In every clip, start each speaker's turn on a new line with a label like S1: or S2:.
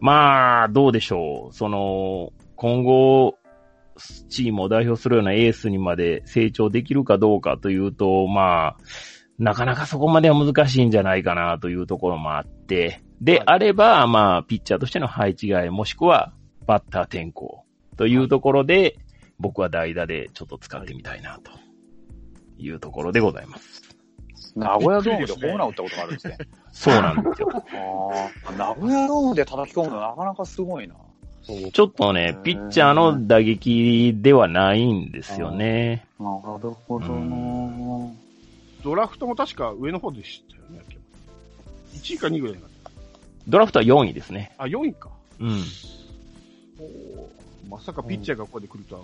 S1: まあ、どうでしょう。その、今後、チームを代表するようなエースにまで成長できるかどうかというと、まあ、なかなかそこまでは難しいんじゃないかなというところもあって、で
S2: はい
S1: あれば、まあ、ピッチャーとしての配置替え、もしくはバッター転向というところで、僕は代打でちょっと使ってみたいなというところでございます。
S2: 名古屋ドームでホームラン打ったことがあるんですね。
S1: そうなんですよ。
S2: ああ、名古屋ドームで叩き込むのなかなかすごいな。
S1: ちょっとね、ピッチャーの打撃ではないんですよね。
S2: なるほ
S1: どな
S3: ドラフトも確か上の方でしたよね、1位か2位ぐらいになった。
S1: ドラフトは4位ですね。
S3: あ、4位か。
S1: うん。
S3: おーまさかピッチャーがここで来るとは。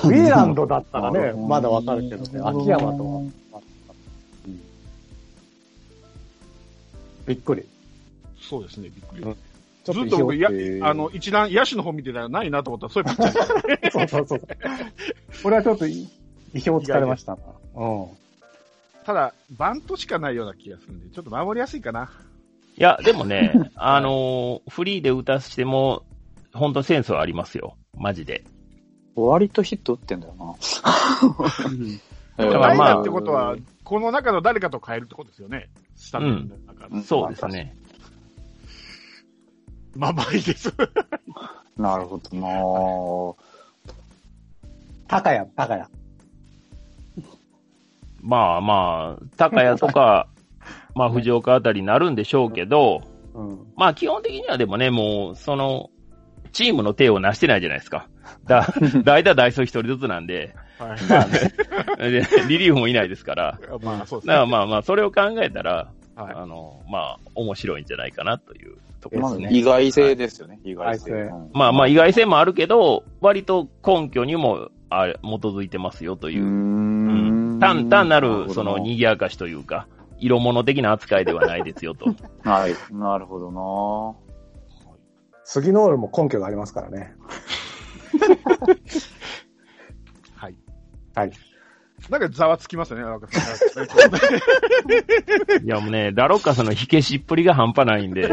S4: ウィーランドだったらね、
S2: うん
S4: まだわかるけどね、秋山とは。びっくり。
S3: そうですね、びっくり。
S4: うんち
S3: ず
S4: ょ
S3: っ
S4: っと意
S3: と
S4: 表
S3: 僕、や
S4: って、
S3: あの、一覧、野手の方見てたらないなと思ったら、そういうピッチャー。
S4: そうそうそう。これはちょっと意表をつかれましたな。うん。
S3: ただ、バントしかないような気がするんで、ちょっと守りやすいかな。
S1: いや、でもね、 あのーフリーで打たしても、ほんとセンスはありますよ。マジで。
S2: 割とヒット打ってんだよな。
S1: だから
S3: 代
S1: まあ
S3: 打ってことは、この中の誰かと変えるってことですよね。スタメンの中
S2: う
S3: の
S2: ん。
S1: そうですね。
S3: まあまあいいです。
S2: なるほど
S4: 高谷、高谷。
S1: まあまあ、高谷とか、まあ藤岡あたりになるんでしょうけど、
S4: うん。
S1: まあ基本的にはでもね、もう、その、チームの手を成してないじゃないですか。だ、代打代走一人ずつなんで、
S3: はい。
S1: でリリーフもいないですから。
S3: まあ、そうで
S1: だか
S3: すね。
S1: らまあまあ、それを考えたら、
S3: はい
S1: あの、まあ、面白いんじゃないかなというとこ
S2: な。
S1: ろ
S2: ま
S1: で
S2: ず
S1: すね。
S2: 意外性ですよね、意外性。
S4: 意外
S2: う
S4: 性
S2: ん
S1: まあまあ意外性もあるけど、割と根拠にもあれ基づいてますよと
S2: う
S1: い
S2: ー
S1: う。
S2: ん
S1: 単単なる、
S2: ほ
S1: そ
S2: ど
S1: の、賑やかしというか、色物的な扱いではないですよと。
S2: はい。なるほど
S4: 杉ノールも根拠がありますからね。
S3: はい。
S4: はい。
S3: なんかざわつきますよね、なんか。
S1: いやもうね、ダロッカさんの火消しっぷりが半端ないんで、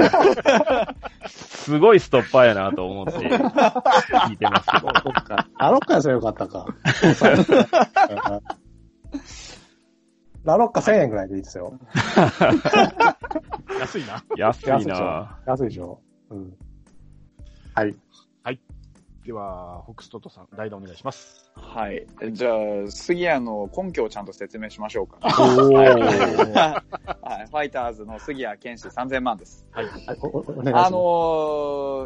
S1: すごいストッパーやなと思って聞いてますけど。
S4: ラロッカやそれよかったか。 ラロッカ1000円ぐらいでいいですよ。
S3: 安いな。
S1: 安
S4: 安
S1: い
S4: でしょ
S1: な。
S4: 安いでしょ。 うん。はい。
S3: では、ホクストとさん、代打お願いします。
S2: な。はい。じゃあ、杉谷の根拠をちゃんと説明しましょうか。
S1: おー。
S2: はい、ファイターズの杉谷健士3000万です。
S3: はい。
S4: おおお願いします。
S2: あの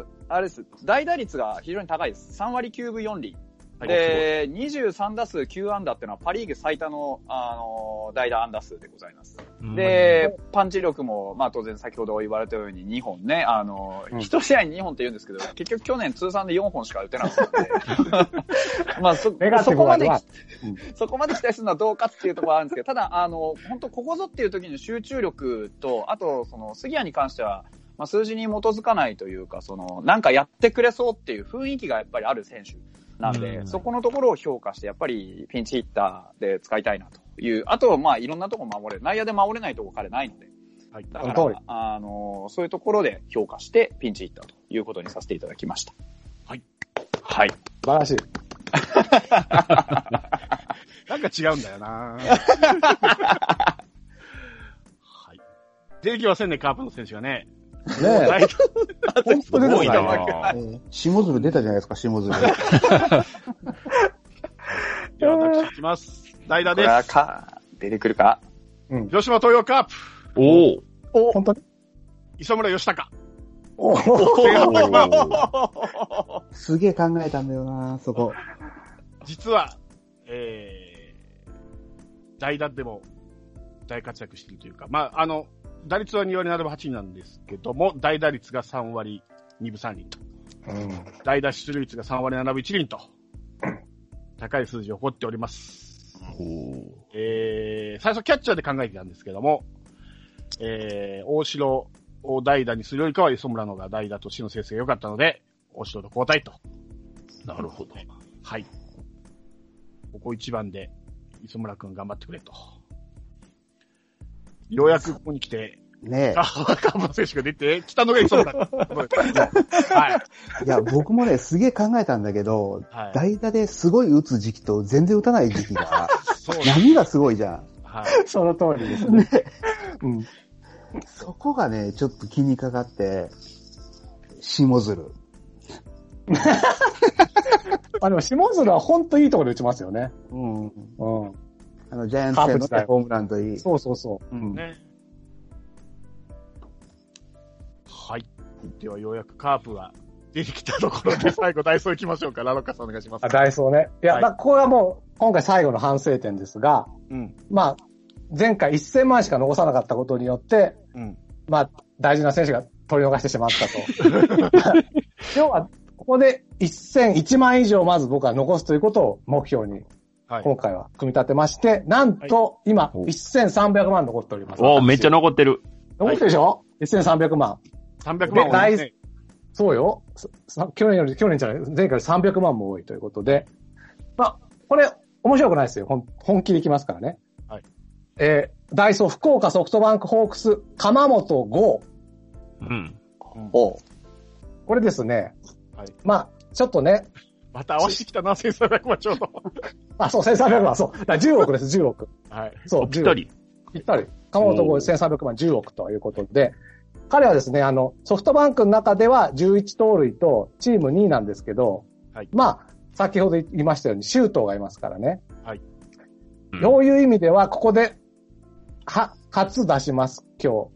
S2: ー、あれです。代打率が非常に高いです。3割9分4厘。で、23打数9安打っていうのはパリーグ最多の、あのー代打安打数でございます。で、パンチ力も、まあ当然先ほど言われたように2本ね、あのー、
S4: うん
S2: 1試合に2本って言うんですけど、結局去年通算で4本しか打てなか ったんで、まあそ、
S4: メガ
S2: そ
S4: ティブ
S2: こ
S4: は
S2: まで
S4: ね、まあ
S2: そこまで期待するのはどうかっていうところはあるんですけど、ただ、あの、本当ここぞっていう時の集中力と、あと、その、杉谷に関しては、まあ、数字に基づかないというか、その、なんかやってくれそうっていう雰囲気がやっぱりある選手なんで、
S1: うん
S2: そこのところを評価して、やっぱりピンチヒッターで使いたいなという、あと、まあ、いろんなとこ守れる、内野で守れないとこ彼ないので、
S3: はい。
S2: だか
S4: その通
S2: ら、あの、そういうところで評価して、ピンチヒッターということにさせていただきました。
S3: はい。
S2: はい。
S4: 素晴らしい。
S3: なんか違うんだよなはい。出てきませんね、カープの選手がね。
S5: ね
S3: 代打
S5: え、本当
S1: す
S5: 出
S1: ご
S5: て
S1: い
S5: こない。
S1: な。
S5: えー下鶴出たじゃないですか、下鶴。
S3: では、私行きます。代打
S2: こ
S3: で
S2: れは
S3: す。
S2: か、出てくるか
S4: うん。
S3: 広島東洋カープ、
S1: おー。
S4: 本当に
S3: 磯村義孝。
S4: お
S5: すげえ考えたんだよな、そこ。
S3: 実は、えー、代打でも大活躍しているというか、まあ、あの、打率は2割7分8なんですけども、代打率が3割2分3厘と、
S4: うん。
S3: 代打出塁率が3割7分1厘と、高い数字を誇っております。えー、最初キャッチャーで考えてたんですけども、えー、大城を代打にするよりかは磯村の方が代打としての成績が良かったので、大城と交代と。
S1: なるほど。
S3: はい。ここ一番で、磯村くん頑張ってくれと。ようやくここに来て、
S5: ね
S3: あ、カン選手が出て、北野がいそうだ。はい。
S5: え。いや、僕もね、すげえ考えたんだけど、
S3: はい。
S5: 代打ですごい打つ時期と全然打たない時期 が、
S3: そうね。
S5: 波がすごいじゃん。
S3: はい。
S4: その通りですね。
S5: うん。そこがね、ちょっと気にかかって、下鶴。
S4: あ、でも、下鶴は本当いいところで打ちますよね。
S5: うん。
S4: うん。
S5: あの、ジャイアンツ戦
S4: カーブ
S5: の
S4: 時代
S5: ねホームランといい。
S4: そうそうそう。
S5: うん。
S3: ねはい。では、ようやくカープが出てきたところ で、最後、ダイソー行きましょうか。ラロッカさんお願いします
S4: あ、。ダイソーね。いや、
S3: はい
S4: まあ、これはもう、今回最後の反省点ですが、
S3: うん。
S4: まあ、前回1000万しか残さなかったことによって、
S3: うん。
S4: まあ、大事な選手が取り逃してしまったと。要は、ここで1000、1万以上まず僕は残すということを目標に、
S3: はい。
S4: 今回は組み立てまして、なんと、今、
S1: お
S4: 1300万残っております。
S1: おーめっちゃ残ってる。
S4: 残ってるでしょ ?1300 万。
S3: 300万
S4: で
S3: は
S4: ダイ
S3: ね
S4: そうよ。ささ去年より、去年じゃない、前回より300万も多いということで。まあ、これ、面白くないですよ。ほん本気でいきますからね。
S3: はい。
S4: えーダイソー、福岡ソフトバンクホークス、鎌本剛。
S1: うん。
S2: おう
S4: これですね。
S3: はい
S4: まあ、ちょっとね、
S3: また合わせてきたな、1300万ちょう ど。
S4: あ、そう、1300万、そう。だから10億です、10億。
S3: はい。
S4: そう、
S1: ぴっ
S4: 10
S1: た
S4: 億。
S1: り。
S4: ぴったり。鎌本剛
S1: おー
S4: 1300万、10億ということで、彼はですね、あの、ソフトバンクの中では11盗塁とチーム2位なんですけど、
S3: はい
S4: まあ、先ほど言いましたように、周東がいますからね。
S1: うん
S4: どういう意味では、ここで、は、初出します、今日。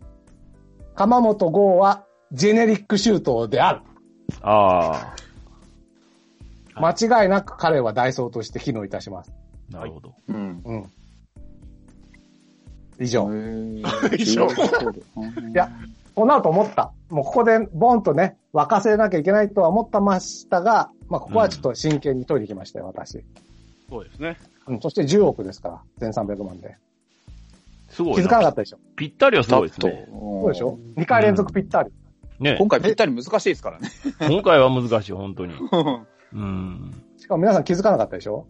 S4: 鎌本剛は、ジェネリック周東である。
S1: あ
S4: 間違いなく彼はダイソーとして機能いたします。
S1: あ。なるほど。
S2: うん。
S4: うん。以上。
S3: 以上
S2: い
S4: や、こうなると思った。もうここでボンとね、沸かせなきゃいけないとは思ってましたが、まあここはちょっと真剣に取りに来ましたよ、私。
S3: そうですね。
S4: うん、そして10億ですから、1300万で。
S1: すごい
S4: 気
S1: な。
S4: づかなかったでしょ。
S1: ぴったりはす
S2: だ
S1: ご
S2: と
S1: いですね。
S4: そうでしょ ?2 回連続ぴったり。
S1: ね
S2: 今回ぴったり難しいですからね。
S1: 今回は難しい、本 当に。うん。
S4: しかも皆さん気づかなかったでしょ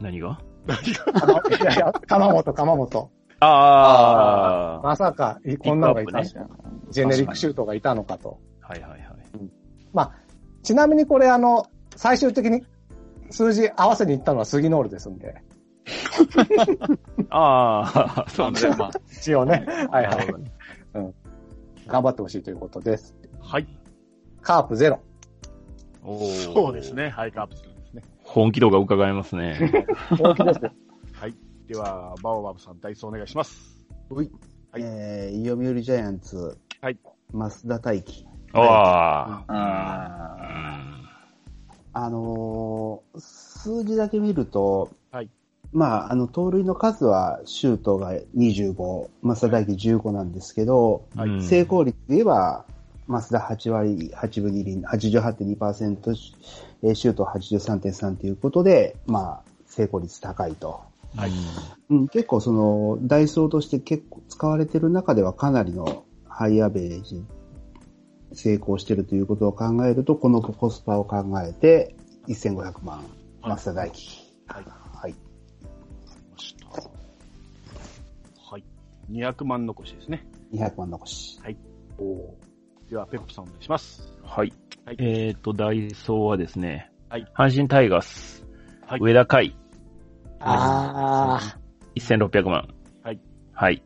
S1: 何が
S4: あのいやいや、鎌本、鎌本。
S1: ああ。
S4: まさか、いこんなのがいた、
S1: ピッ
S4: ジェネリックシュートがいたのかと。
S1: はいはいはい。
S4: ちなみにこれあの、最終的に数字合わせにいったのは杉ノールですんで。
S1: ああ、そうなんだ。
S2: 300万。
S4: 一応ね。はい
S1: な
S4: は
S1: るほ。
S4: い
S1: どね
S4: 頑張ってほしいということです。
S3: はい。
S4: カープゼロ。
S1: おー
S3: そうです。ね。はい、カープさんですね。
S1: 本気度が伺えます ね。
S4: 大きいですね
S3: はい。では、バオバブさん、ダイソーお願いします。はい
S5: えー、読売ジャイアンツ、
S3: はい。
S5: 増田大輝。
S1: ああ。
S2: あ
S5: あのー数字だけ見ると、
S3: はい
S5: まあ、あの、盗塁の数は、シュートが25、増田大輝15なんですけど、
S1: はいうん
S5: 成功率で言えば、増田8割、8分2厘、88.2%、えーシュート83.3ということで、まあ、成功率高いと。
S3: はい。
S5: うん、結構その、ダイソーとして結構使われてる中ではかなりのハイアベージ、成功してるということを考えると、このコスパを考えて、1500万、
S3: はい
S5: マスター大輝。
S3: はい
S5: はい。
S3: ました。はい。200万残しですね。
S5: 200万残し。
S3: おでは、ペップさんお願いします。
S1: はい
S3: はい。
S1: えっと、ダイソーはですね
S3: はい、
S1: 阪神タイガース、
S3: はい
S1: 上田海、
S4: ああ、
S1: 1600万。
S3: はい。
S1: はい。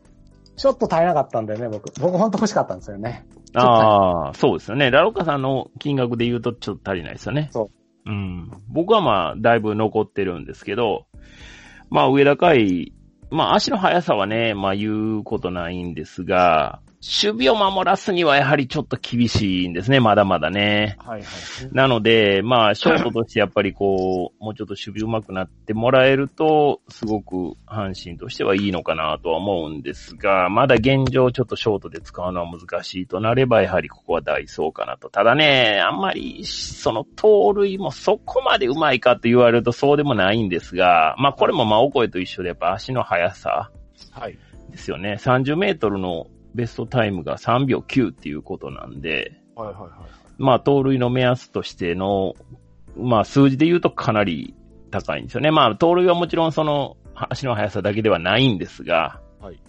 S4: ちょっと足りなかったんだよね、僕。僕ほんと欲しかったんですよね。
S1: ああ、そうですよね。ラロッカさんの金額で言うとちょっと足りないですよね。。
S4: そう
S1: うん。僕はまあ、だいぶ残ってるんですけど、まあ、上田海、まあ、足の速さはね、まあ、言うことないんですが、守備を守らすにはやはりちょっと厳しいんですね、まだまだね。
S3: はいはい。
S1: なので、まあ、ショートとしてやっぱりこう、もうちょっと守備上手くなってもらえると、すごく阪神としてはいいのかなとは思うんですが、まだ現状ちょっとショートで使うのは難しいとなれば、やはりここはダイソーかなと。ただね、あんまり、その盗塁もそこまで上手いかと言われるとそうでもないんですが、まあこれも真声と一緒でやっぱ足の速さ
S3: はい。
S1: ですよね。30メートルのベストタイムが3秒9っていうことなんで、
S3: はいはいはい。
S1: まあ、盗塁の目安としての、まあ、数字で言うとかなり高いんですよね。まあ、盗塁はもちろんその、足の速さだけではないんですが、
S3: はい。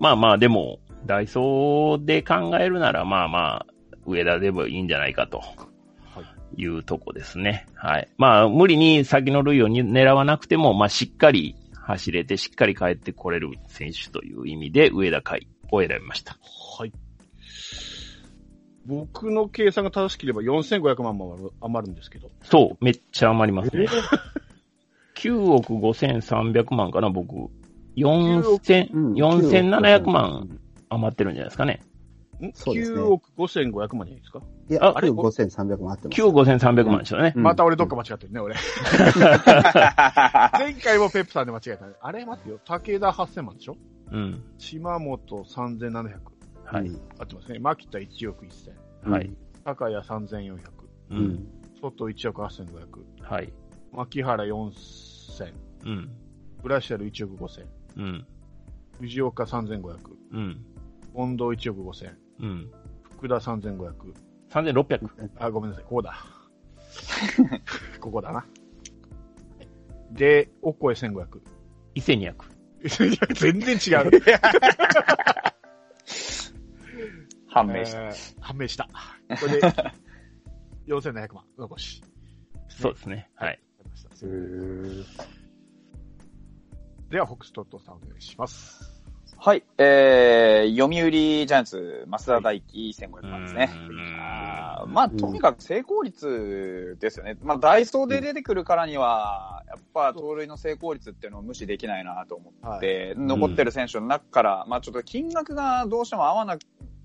S1: まあまあ、でも、ダイソーで考えるなら、まあまあ、上田でもいいんじゃないかと。いうとこですね。はい。まあ、無理に先の類をに狙わなくても、まあ、しっかり走れて、しっかり帰ってこれる選手という意味で、上田海を選びました。
S3: はい。僕の計算が正しければ4500万も余る余るんですけど。
S1: そう、めっちゃ余りますね。9億5300万かな、僕。
S5: うん
S1: 4000、4700万。余ってるんじゃないですかね。
S3: ん
S5: そうですね
S3: ?9 億5500万じゃないですか、
S5: いや、
S1: あ
S5: 9億5300万あってます。
S1: 9億5300万でしょうね。
S5: うん
S3: また俺どっか間違ってるね、俺。前回もペップさんで間違えたね。あれ待ってよ。武田8000万でしょ
S1: うん。
S3: 島本3700。
S1: は
S5: う
S1: い。
S5: ん
S3: 合ってますね。牧田1億1000。
S1: はい。。
S3: 高谷3400。
S1: う。
S5: うんん。
S3: 外1億8500。
S1: はい。
S3: 牧原4000。
S1: うん。
S3: ブラシャル1億5000。
S1: うん。
S3: 藤岡3500。
S1: うん。
S3: 近藤1億5000。
S1: うん。
S3: 福田3500。
S1: 3600。
S3: あ、ごめんなさい。こう だ。ここだな。で、おこえ1500。
S1: 1200。
S3: いや全然違う。
S2: 判明した。
S3: えー判明した。これで、4700万残し。
S1: そうですね。はい。
S3: わかりましたでは、ホクストットさんお願いします。
S2: はい。えー、読売ジャイアンツ、増田大輝1500万ですね。あーまあ、とにかく成功率ですよね。まあ、ダイソーで出てくるからには、やっぱ盗塁の成功率っていうのを無視できないなと思
S3: は
S2: っ
S3: い。
S2: て、残ってる選手の中から、まあ、ちょっと金額がどうしても合わなく、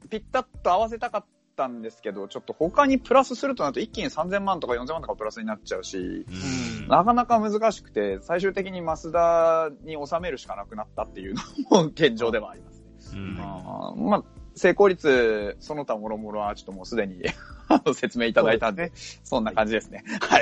S2: ぴったっと合わせたかったんですけど、ちょっと他にプラスするとなると一気に3000万とか4000万とかプラスになっちゃうし、
S1: うん
S2: なかなか難しくて、最終的に増田に収めるしかなくなったっていうのも現状ではありますね。
S1: うん
S2: あーまあ、成功率、その他もろもろはちょっともうすでに あの説明いただいたんで、そんな感じですね。はい。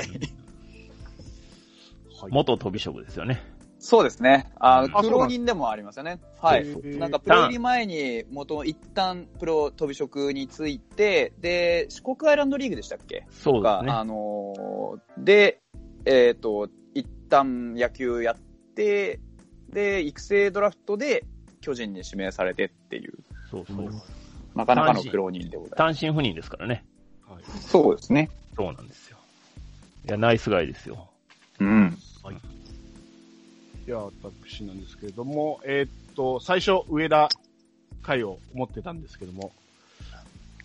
S3: はい
S1: 元飛び職ですよね。
S2: そうですね。あ
S1: うん
S2: の、苦労人でもありますよね。はい。なんか、プロ入り前に、元、一旦、プロ飛び職について、で、四国アイランドリーグでしたっけ
S1: そうで
S2: が、
S1: すね。
S2: あのーで、えっ、と、一旦野球やって、で、育成ドラフトで巨人に指名されてっていう、
S1: そうそう。
S2: なかなかの苦労人でございま
S1: 単身赴任ですからね。
S3: はい
S2: す。そうですね。
S1: そうなんですよ。いや、ナイスガイですよ。
S2: うん。
S3: では、私なんですけれども、えーっと、最初、上田回を持ってたんですけども、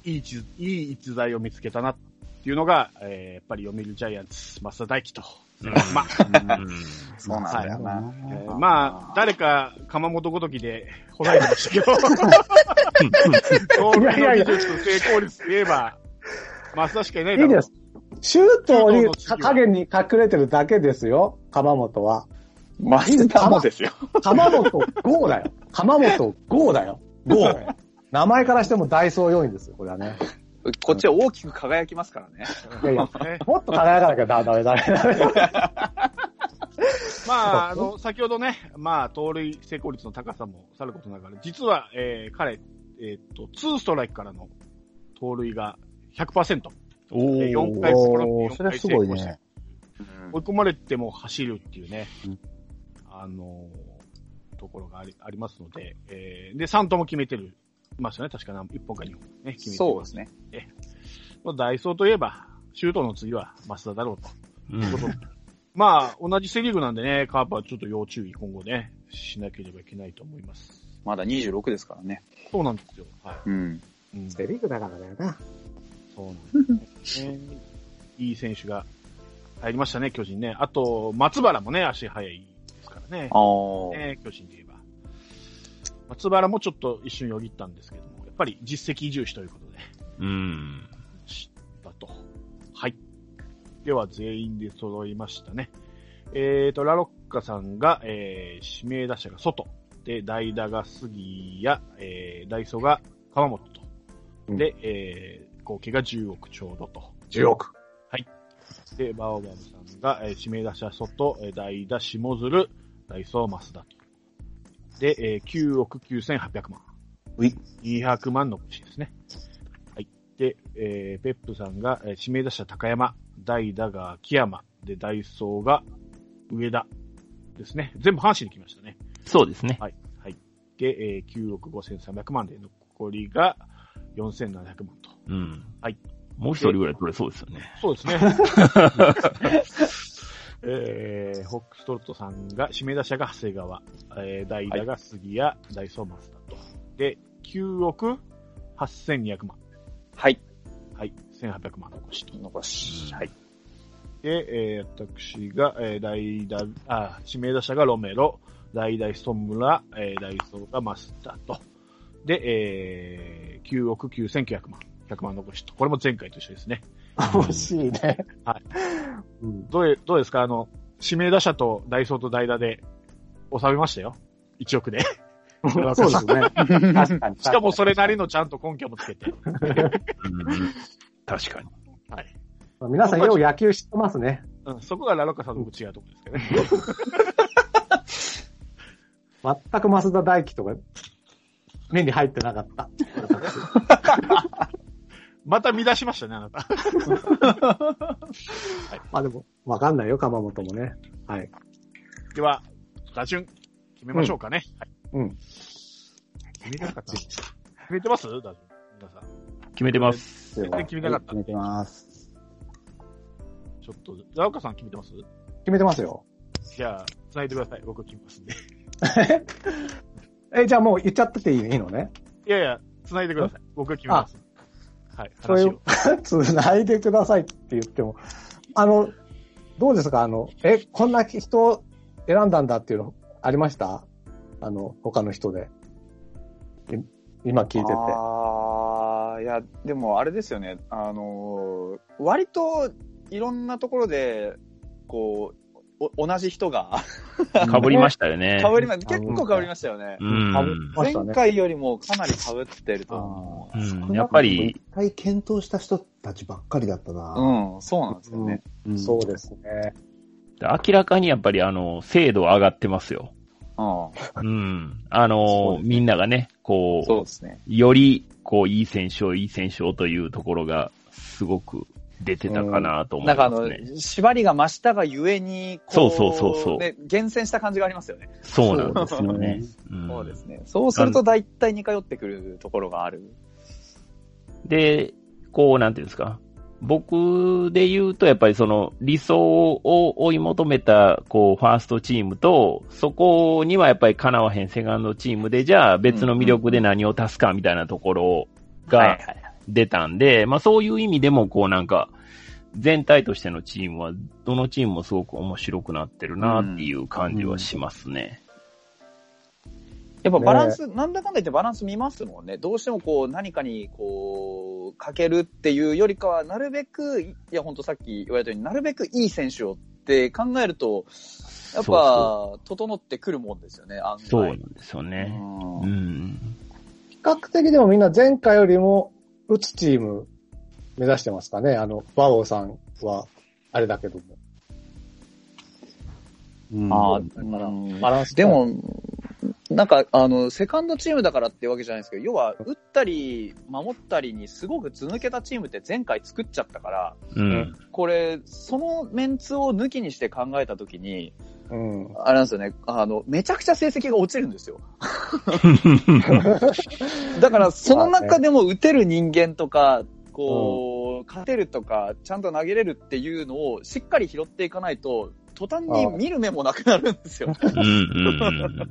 S3: いい逸いい逸材を見つけたなっていうのが、えーやっぱり読売ジャイアンツ、増田大輝と。
S1: うん
S3: まあ、
S1: う
S2: そうなんだよな。
S5: はい
S3: えーまあ、誰か、鎌本ごときで、ほらえてましたけど、盗塁の技術と成功率といえば、増田しかいないだ
S4: い
S3: ろ
S4: いう
S3: と
S4: です。シュートに
S3: シュートの次は
S4: 影に隠れてるだけですよ、鎌本は。
S2: マジダもですよ。
S4: 鎌本5だよ。鎌本5だよ。5だよ。名前からしてもダイソー要員ですよ、これはね。
S2: こっちは大きく輝きますからね。
S4: いやいや、
S3: ね
S4: もっと輝かなきゃダメダメダメ。
S3: まあ、あの、先ほどね、まあ、盗塁成功率の高さもさることながら、実は、えー彼、えーっと、ツーストライクからの盗塁が100%。
S1: おー
S3: で4回スプロッ
S5: おー
S3: ト
S5: そ
S3: 4回
S5: れは
S3: 成
S5: すごい
S3: 功して
S5: ね。。
S3: 追い込まれても走るっていうね、
S5: うん
S3: あのーところがありありますので、えーで、3とも決めてる。いますよね、確か何、1本か2本ね、決めて
S2: そう
S3: ま。
S2: ですすね。
S3: まあダイソーといえば、シュートの次は増田だろうと。
S1: うん
S3: ことまあ、同じセリーグなんでね、カープはちょっと要注意、今後ね、しなければいけないと思います。
S2: まだ26ですからね。
S3: そうなんですよ。は
S2: うん。
S3: い。うん、そ
S4: セリーグだからだよ
S3: う
S4: な。
S3: なんですね。いい選手が入りましたね、巨人ね。あと、松原もね、足早いですからね。
S2: あー。
S3: ね巨人で言えば。松原もちょっと一瞬よぎったんですけども、やっぱり実績重視ということで、
S1: うん。
S3: 知ったと。はい。では、全員で揃いましたね。えーと、ラロッカさんが、えー、指名打者が外。で、代打が杉谷、えー、ダイソーが川本と。
S5: うん
S3: で、えー、合計が10億ちょうどと。
S4: 10億。
S3: で、バオバムさんが、えー、指名打者外、えー、代打下鶴、ダイソー増田と。で、えー、9億9800万。
S5: うい
S3: 200万のしですね。はい。で、えー、ペップさんが、えー、指名出した高山、代打が秋山、で、ダイソーが上田ですね。全部阪神に来ましたね。
S1: そうですね。
S3: はい。はい。計、えー、9億5300万で、残りが4700万と。
S1: うん。
S3: はい。
S1: もう一人ぐらい取れそうですよね。
S3: そうですね。えー、ホックストロットさんが、指名打者が長谷川、えー、代打が杉谷、ダイソーマスだと。で、9億8200万。
S2: はい。
S3: はい、1800万残しと。
S2: 残し。はい。
S3: で、えー、私が、えー、代打、あ、指名打者がロメロ、代打ストンムラ、えー、ダイソーがマスターと。で、えー、9億9900万。100万残しと。これも前回と一緒ですね。
S4: 惜しいね。
S5: うん。
S3: どうえ、どうですかあの、指名打者とダイソーと代打で収めましたよ。1億で。し
S5: そうですね。
S4: 確かに。
S3: かもそれなりのちゃんと根拠もつけて。
S1: うん確かに。
S3: はい。
S4: 皆さんよう野球知ってますね。
S3: うん、そこがラロッカさんと僕違うところですけどね。
S4: 全く増田大輝とか、目に入ってなかった。
S3: また乱しましたね、あなた。
S4: まあでも、わかんないよ、鎌本もね。はい。
S3: では、打順、決めましょうかね。
S4: うん
S3: はい。
S4: うん
S3: 決めてなかった。決めてます打順。皆さん。
S1: 決めてます。
S3: 全然決めてなかった
S5: 決。めてます。
S3: ちょっと、ラロッカさん決めてます
S4: 決めてますよ。
S3: じゃあ、繋いでください。僕決めますんで。
S4: え、じゃあもう言っちゃってていいのね。
S3: いやいや、繋いでください。僕決めます。はい、
S4: それ
S3: 話を。
S4: 繋いでくださいって言っても、あの、どうですかあの、え、こんな人を選んだんだっていうのありましたあの、他の人で。い今聞いてて。
S2: ああ、いや、でもあれですよね。あのー割といろんなところで、こう、お同じ人が、
S1: かぶりましたよね。
S2: 被りま、結構被りましたよね
S1: う。
S4: 被って
S1: ん。
S4: ましたね
S2: 前。回よりもかなり被ってると思
S1: うんやっぱり、
S5: 一回検討した人たちばっかりだった
S2: う。
S5: な。
S2: うん、そうなんですよね。
S5: うん
S4: そうですね。
S1: 明らかにやっぱりあの、精度は上がってますよ。
S2: うん、
S1: うん。あ
S5: そう
S1: の、
S5: ですね
S1: みんながね、こ
S2: そうですね。
S1: う、より、こう、いい選手を、いい選手をというところが、すごく出てたかなと思
S2: ないんかあ
S1: ます
S2: の
S1: ね。、
S2: 縛りが増したがゆえに、こ
S1: そうそうそうそう
S2: ね、厳選した感じがありますよね。
S1: そうなんです
S5: そう
S1: よ
S5: で
S1: ね
S5: す。
S1: うん
S2: そうですね。そうすると大体似通ってくるところがある。
S1: で、こう、なんていうんですか。僕で言うと、やっぱりその理想を追い求めた、こう、ファーストチームと、そこにはやっぱりかなわへんセカンドチームで、じゃあ別の魅力で何を足すかみたいなところ
S2: はい
S1: が
S2: はいはい。
S1: 出たんで、まあそういう意味でも、こうなんか、全体としてのチームは、どのチームもすごく面白くなってるなっていう感じはしますね。
S2: やっぱバランス、なんだかんだ言ってバランス見ますもんね。どうしてもこう何かにこう、かけるっていうよりかは、なるべく、いや本当さっき言われたようになるべくいい選手をって考えると、やっ
S1: そうそ
S2: ぱ、整ってくるもんですよね、案外
S1: そうなんですよね。う
S2: うん
S1: ん。
S4: 比較的でもみんな前回よりも打つチーム目指してますかね。あの、バオさんは、あれだけども。
S5: うん
S2: ああ、
S5: うん
S2: だから、
S4: バランス
S2: で、も、なんか、あの、セカンドチームだからってわけじゃないんですけど、要は、打ったり、守ったりにすごく図抜けたチームって前回作っちゃったから、
S1: うん。
S2: これ、そのメンツを抜きにして考えたときに、
S4: うん。
S2: あれなんですよね、あの、めちゃくちゃ成績が落ちるんですよ。だから、その中でも打てる人間とか、こう、勝てるとか、ちゃんと投げれるっていうのをしっかり拾っていかないと、途端に見る目もなくなるんですよ。
S1: うん。 うん。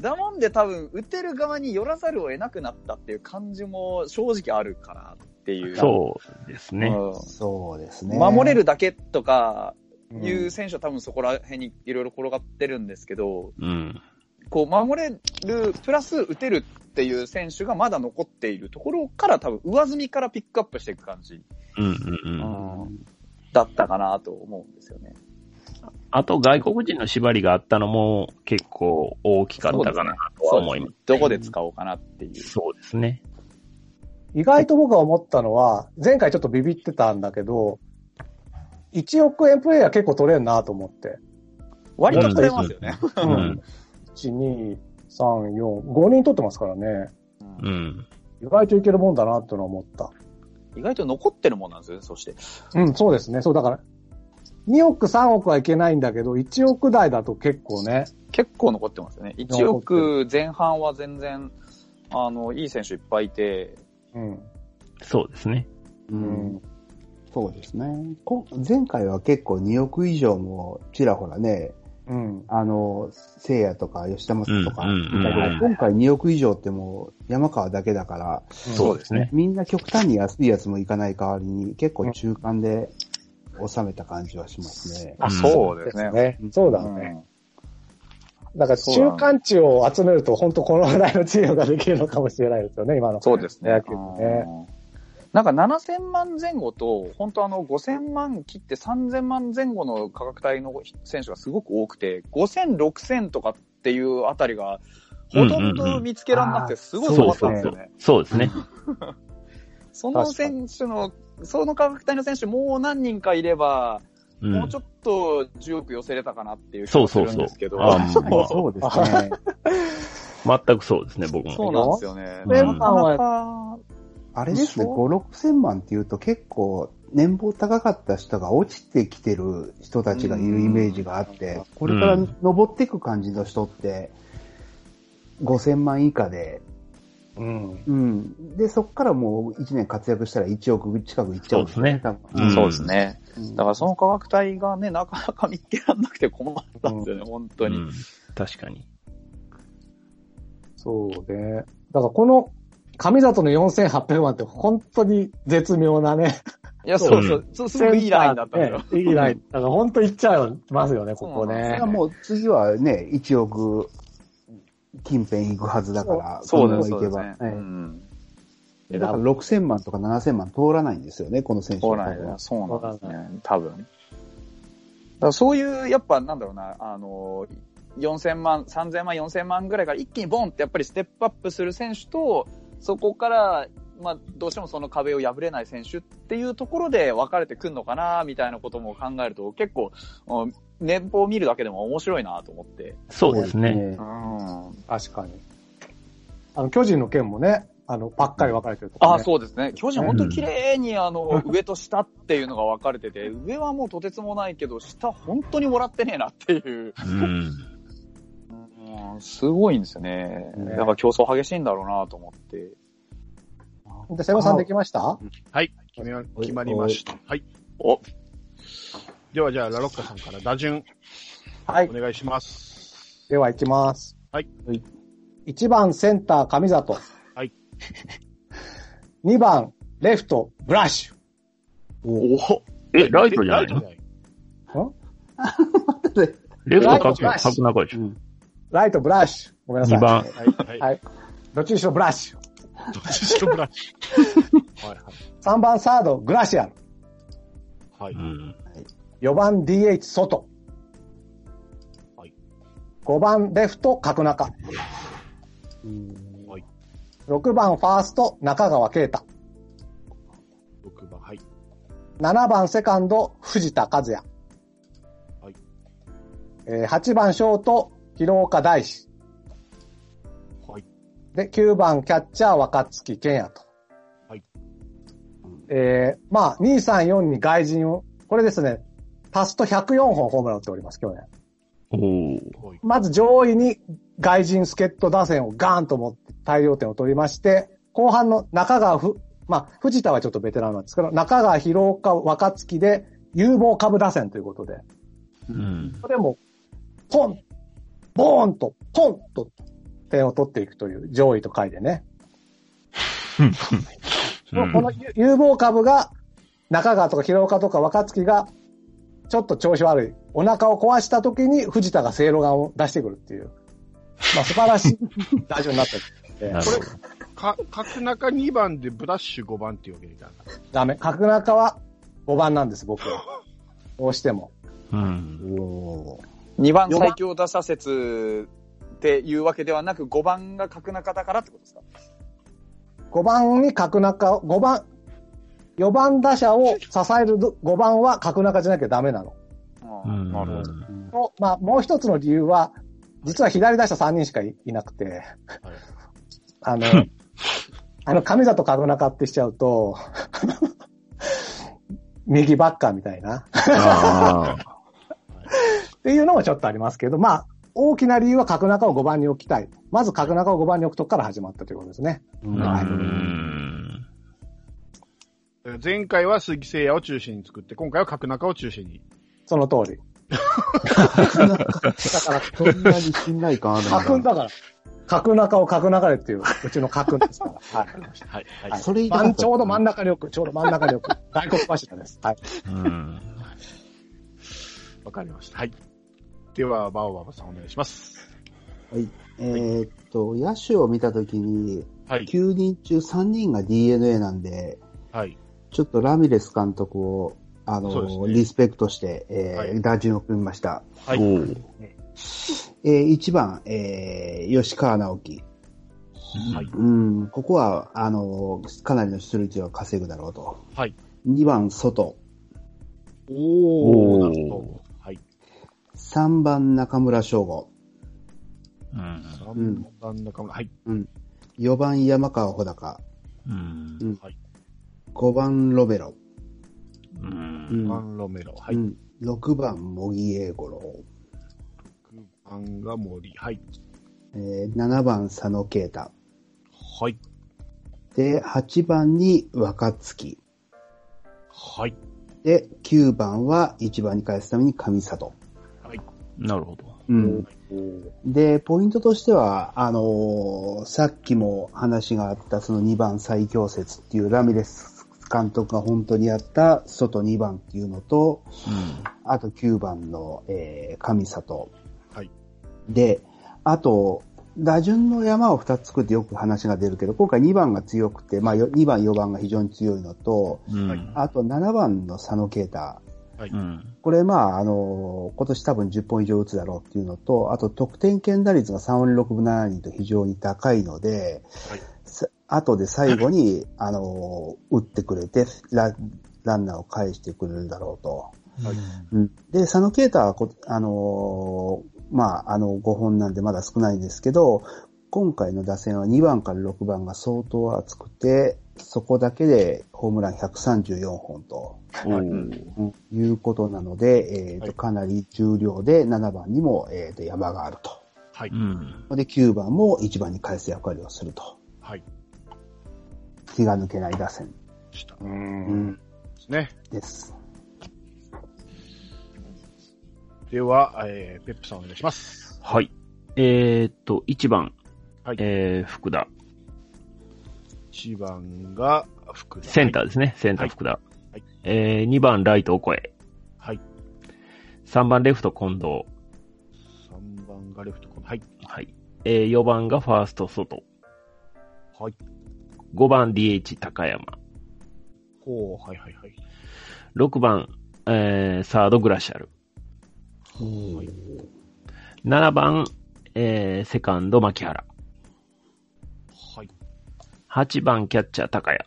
S2: だもんで多分、打てる側に寄らざるを得なくなったっていう感じも正直あるかなっていう。
S1: そうです
S2: う
S1: ね。
S5: そうです
S2: ん
S5: ね。
S2: 守れるだけとか
S4: うん
S2: いう選手は多分そこら辺にいろいろ転がってるんですけど、
S1: うん。
S2: こう守れる、プラス打てるっていう選手がまだ残っているところから多分上積みからピックアップしていく感じ
S1: うんうんうん。
S2: だったかなと思うんですよね。
S1: あと外国人の縛りがあったのも結構大きかったかなとは思います。
S2: どこで使おうかなっていう。
S1: そうですね。
S4: 意外と僕が思ったのは、前回ちょっとビビってたんだけど、1億円プレイヤー結構取れるなと思って。
S2: 割と取れますよね。
S1: う。
S4: うん1、2、3、4、5人取ってますからね。
S1: う
S2: うん
S1: ん。
S4: 意外といけるもんだなってのは思った。
S2: 意外と残ってるもんなんですよね、そして。
S4: うん、そうですね。そう、だから、 2億、3億はいけないんだけど、1億台だと結構ね、
S2: 結構残ってますよね。1億前半は全然、あの、いい選手いっぱいいて、
S4: うん。
S1: そうですね。
S5: うんそうですね。こ前回は結構2億以上もちらほらね、
S4: うん。
S5: あの、聖夜とか吉田正とか、
S1: うんうんうん
S5: だけど今回2億以上ってもう山川だけだから、
S1: そうですね。
S5: みんな極端に安いやつもいかない代わりに結構中間で収めた感じはしますね。
S1: うん
S2: う
S4: です。ね。そうだね。
S2: ん
S4: だから中間値を集めると、本当このぐらいのチームができるのかもしれないですよね、今の。
S2: そうですね。
S4: 野球もね
S2: うんなんか7000万前後と、本当あの5000万切って3000万前後の価格帯の選手がすごく多くて、5000、6000とかっていうあたりが、ほとん
S1: うんうんう
S2: ど
S1: ん
S2: 見つけられなくて、すごい
S1: そうそう
S2: 困っ
S1: そ
S2: たんですよ
S1: う
S2: ね。。
S1: そうですね。
S2: その選手の、その価格帯の選手、もう何人かいれば、
S1: うん
S2: もうちょっと10億寄せれたかなっていう気
S1: そ
S2: が
S1: う
S2: す
S1: そ
S2: る
S1: うんそう
S2: ですけ。ど、
S1: あーまあ
S5: そうですね。
S1: 全くそうですね、僕も。
S2: そうなんですよね。
S1: うん
S2: なかなか、
S5: あれですね、
S2: でしょ
S5: 5、6千万っていうと結構年俸高かった人が落ちてきてる人たちがいるイメージがあって、これから登っていく感じの人って、5000万以下で、
S4: うん。
S5: うん。で、そっからもう1年活躍したら1億近くいっちゃうん
S1: そう
S5: 多分
S1: ん
S2: そうですね。
S5: うん
S2: だからその価格帯がね、なかなか見つけられなくて困ったんですよね、本当に。
S1: うん確かに。
S4: そうね。だからこの、上里の4800万って本当に絶妙なね。
S2: いや、そうそう、そうすご いいいラインだったんだよ。
S4: ねいいライン。だから本当いっちゃいますよね、ここ
S2: そうなんで
S5: だ
S4: ね
S5: から。もう次はね、1億近辺行くはずだから、
S2: そうなんです
S5: こ
S2: よ
S5: のまま
S2: ね
S5: 行。
S2: う
S5: けば。はい
S2: ん。
S5: だから6000万とか7000万通らないんですよね、この選手
S2: そう
S5: の
S2: な
S5: 方
S2: んですね
S5: は。
S2: そうなんですね、多分。だからそういう、やっぱなんだろうな、あの、4000万、3000万、4000万ぐらいから一気にボンってやっぱりステップアップする選手と、そこから、まあ、どうしてもその壁を破れない選手っていうところで分かれてくんのかな、みたいなことも考えると、結構、うん年俸を見るだけでも面白いなと思って。
S1: そうですね。
S5: ね
S2: うん。
S4: 確かに。あの、巨人の件もね、あの、ばっかり分かれてるとこね
S2: ああ、そうですね。巨人本当に綺麗に、あの、上と下っていうのが分かれてて、上はもうとてつもないけど、下本当にもらってねえなっていう。
S1: うん。
S2: うんすごいんですよね。
S4: ね
S2: だから競争激しいんだろうなと思って。
S4: で、瀬尾さんできました
S3: はい。決め決まりました。はい。
S2: お
S3: ではじゃあ、ラロッカさんから打順、
S4: は
S3: お。願いします。
S4: では行きます。
S3: はい。
S4: 1番センター上里。
S3: はい。
S4: 2番レフトブラッシ
S3: おお
S1: え、ライトじゃないの
S3: ライト
S4: ュ。ん
S1: レフト角、
S4: ライト
S1: 角中でしょ。
S4: ライトブラッシュ。ごめんなさい。
S1: 2。番、
S3: じゃない はい。はい。
S4: はい。どっちにしろブラッシュ。
S3: どっちしろブラシ。はい
S4: 3番サードグラシアル。
S3: はい。
S1: う
S3: はい。
S1: ん。
S4: 4番 DH 外。
S3: はい。
S4: 5番レフト角中。
S3: はい。
S4: 6番ファースト中川圭太。
S3: 六番、はい。
S4: 7番セカンド藤田和也。
S3: はい。
S4: えー8番ショート広岡大志。
S3: はい。
S4: で、9番キャッチャー若月健也と。
S3: はい。
S4: えー、まあ、2、3、4に外人を、これですね、足すと104本ホームラン打っております、去年。
S1: おー
S3: はい。
S4: まず上位に外人助っ人打線をガーンと持って大量点を取りまして、後半の中川ふ、まあ、藤田はちょっとベテランなんですけど、中川広岡若月で有望株打線ということで、
S1: うん。
S4: これも、ポン、ボーンと、ポンと点を取っていくという上位と回でね。
S1: うん
S4: この有望株が、中川とか広岡とか若月が、ちょっと調子悪い。お腹を壊した時に藤田が正露丸を出してくるっていう。まあ素晴 らしい打順になってる。
S1: なるほど。
S3: か、角中二番でブラッシュ五番っていうわけにいかない。
S4: ダメ。角中は5番なんです、僕は。どうしても。
S1: うん。
S5: おー
S2: 2番最強打者説っていうわけではなく、5番が角中だからってことですか
S4: 5番に角中を、5番、4番打者を支える5番は角中じゃなきゃダメなの。
S1: うん。
S2: なるほど。
S4: のまあ、もう一つの理由は、実は左打者3人しかいいなくて、あの、あの、神里角中ってしちゃうと、右バッカーみたいな。
S1: ああ。
S4: っていうのもちょっとありますけど、まあ、大きな理由は角中を5番に置きたい。まず角中を5番に置くとこから始まったということですね。
S1: う
S4: はい
S1: ん。
S3: 前回は鈴木誠也を中心に作って、今回は角中を中心に。
S4: その通り。
S5: だから、そんなに信頼感ある んだ。
S4: 角だから、角中を角中でっていう、うちの角ですから。はい。
S3: はい。はい。
S4: はい
S5: それ以
S4: 真
S5: 外
S4: んちょうど真ん中に置く、ちょうど真ん中に置く。大黒柱です。はい。
S1: うん。
S3: わかりました。はい。では、バオババさんお願いします。
S5: えーっと、野手を見たときに、
S3: はい。
S5: 9人中3人が DNA なんで、
S3: はい。
S5: ちょっとラミレス監督を、あ
S3: そうです
S5: の、
S3: ね
S5: リスペクトして、えー
S3: はい
S5: 打順を組みました。
S3: はい。
S1: おう
S5: えー1番、えー吉川直樹。
S3: はい。
S5: うん、ここは、あの、かなりの出力は稼ぐだろうと。
S3: はい。
S5: 2番、外。
S3: お
S1: おー
S3: なるほど。はい。
S5: 3番、中村翔吾。
S1: うん。
S5: ん
S3: 真ん中も、はい。
S5: 4番、山川穂高。
S1: うん。
S5: 5番、ロベロ。
S1: う。
S5: うんん。
S3: ワンロメロ。はいう
S5: ん、6番、茂木英五郎。
S3: ワンが森。はい。
S5: えー7番、佐野啓太。
S3: はい。
S5: で、8番に若月。
S3: はい。
S5: で、9番は1番に返すために上里。
S3: はい。
S1: なるほど。
S5: うん。で、ポイントとしては、あのーさっきも話があったその2番最強説っていうラミレス監督が本当にやった外2番っていうのと、あと9番の、えー上里。
S3: はい。
S5: で、あと、打順の山を2つ作ってよく話が出るけど、今回2番が強くて、まあよ2番4番が非常に強いのと、
S1: うん。
S5: あと7番の佐野啓太。
S1: うん。
S5: これ、まあ、あの、今年多分10本以上打つだろうっていうのと、あと得点圏打率が3割6分7厘と非常に高いので、
S3: はい
S5: さ後で最後に、あの、打ってくれてラ、ランナーを返してくれるだろうと。うんで、佐野啓太はこ、あのーまあ、あの、5本なんでまだ少ないんですけど、今回の打線は2番から6番が相当厚くて、そこだけでホームラン134本と、
S1: おう
S5: いうことなので、えーと
S3: はい
S5: かなり重量で7番にも、えーと山があると。
S3: はい。
S1: うん。
S5: で、9番も1番に返す役割をすると。
S3: はい。
S5: 気が抜けない打線、
S3: したで
S5: うん、
S3: すね。
S5: です。
S3: では、えー、ペップさんお願いします。
S1: はい。えーっと、1番。
S3: はい
S1: えー、福田。
S3: 1番が福田。
S1: センターですね。センター福田。
S3: はい
S1: えー、2番ライト、オコエ。
S3: はい。
S1: 3番レフト、近藤。
S3: 3番がレフトコーナー。はい。
S1: はい。えー、4番がファースト、外。
S3: はい。
S1: 5番 DH、高山。
S3: ほう、はいはいはい。
S1: 6番、えー、サード、グラシャル。7番、えー、セカンド、牧原。
S3: はい。
S1: 8番、キャッチャー、高谷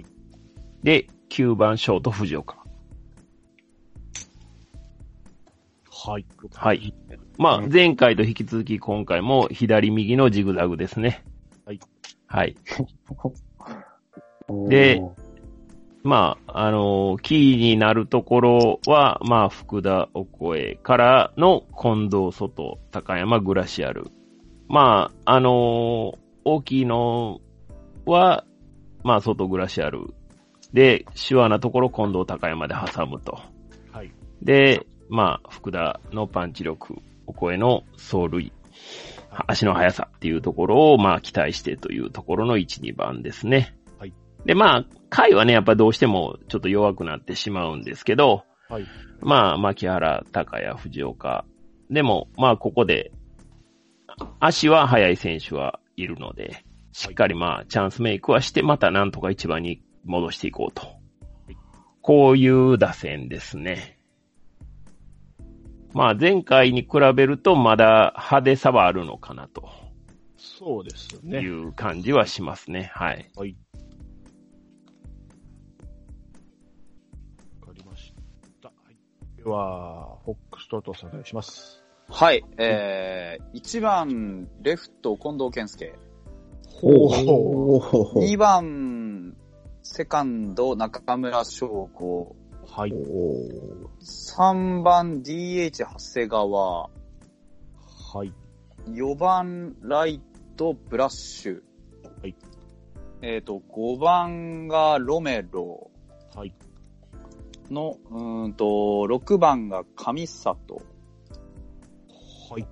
S3: い。
S1: で、9番、ショート、藤岡。
S3: はい。
S1: はい。まあ、前回と引き続き今回も左右のジグザグですね。
S3: はい。
S1: はい。
S4: おー
S1: で、まあ、あのーキーになるところは、まあ、福田、お声からの近藤、外、高山、グラシアル。まあ、あのー大きいのは、まあ、外、グラシアル。で、手話なところ、近藤、高山で挟むと。
S3: はい。
S1: で、まあ、福田のパンチ力、お声の走塁、足の速さっていうところを、まあ、期待してというところの1、2番ですね。
S3: はい。
S1: で、まあ、回はね、やっぱどうしてもちょっと弱くなってしまうんですけど、
S3: はい。
S1: まあ、牧原、高谷、藤岡。でも、まあ、ここで、足は速い選手はいるので、しっかりまあ、チャンスメイクはして、またなんとか一番に戻していこうと。こういう打線ですね。まあ、前回に比べると、まだ派手さはあるのかな、と
S3: そうです
S1: い
S3: ね。
S1: う感じはしますね。はい。
S3: はい。わかりました。はい。では、フォックストロトさんお願いします。
S2: はい、えー、1番、レフト、近藤健介。
S5: ほうほうほうほう
S2: 2番、セカンド、中村翔吾。
S3: はい。
S2: 3番、DH、長谷川。
S3: はい。
S2: 4番、ライト、ブラッシュ。
S3: はい。
S2: えっ、と、5番がロメロ
S3: はい。
S2: の、うーんと、6番が上里。
S3: はい。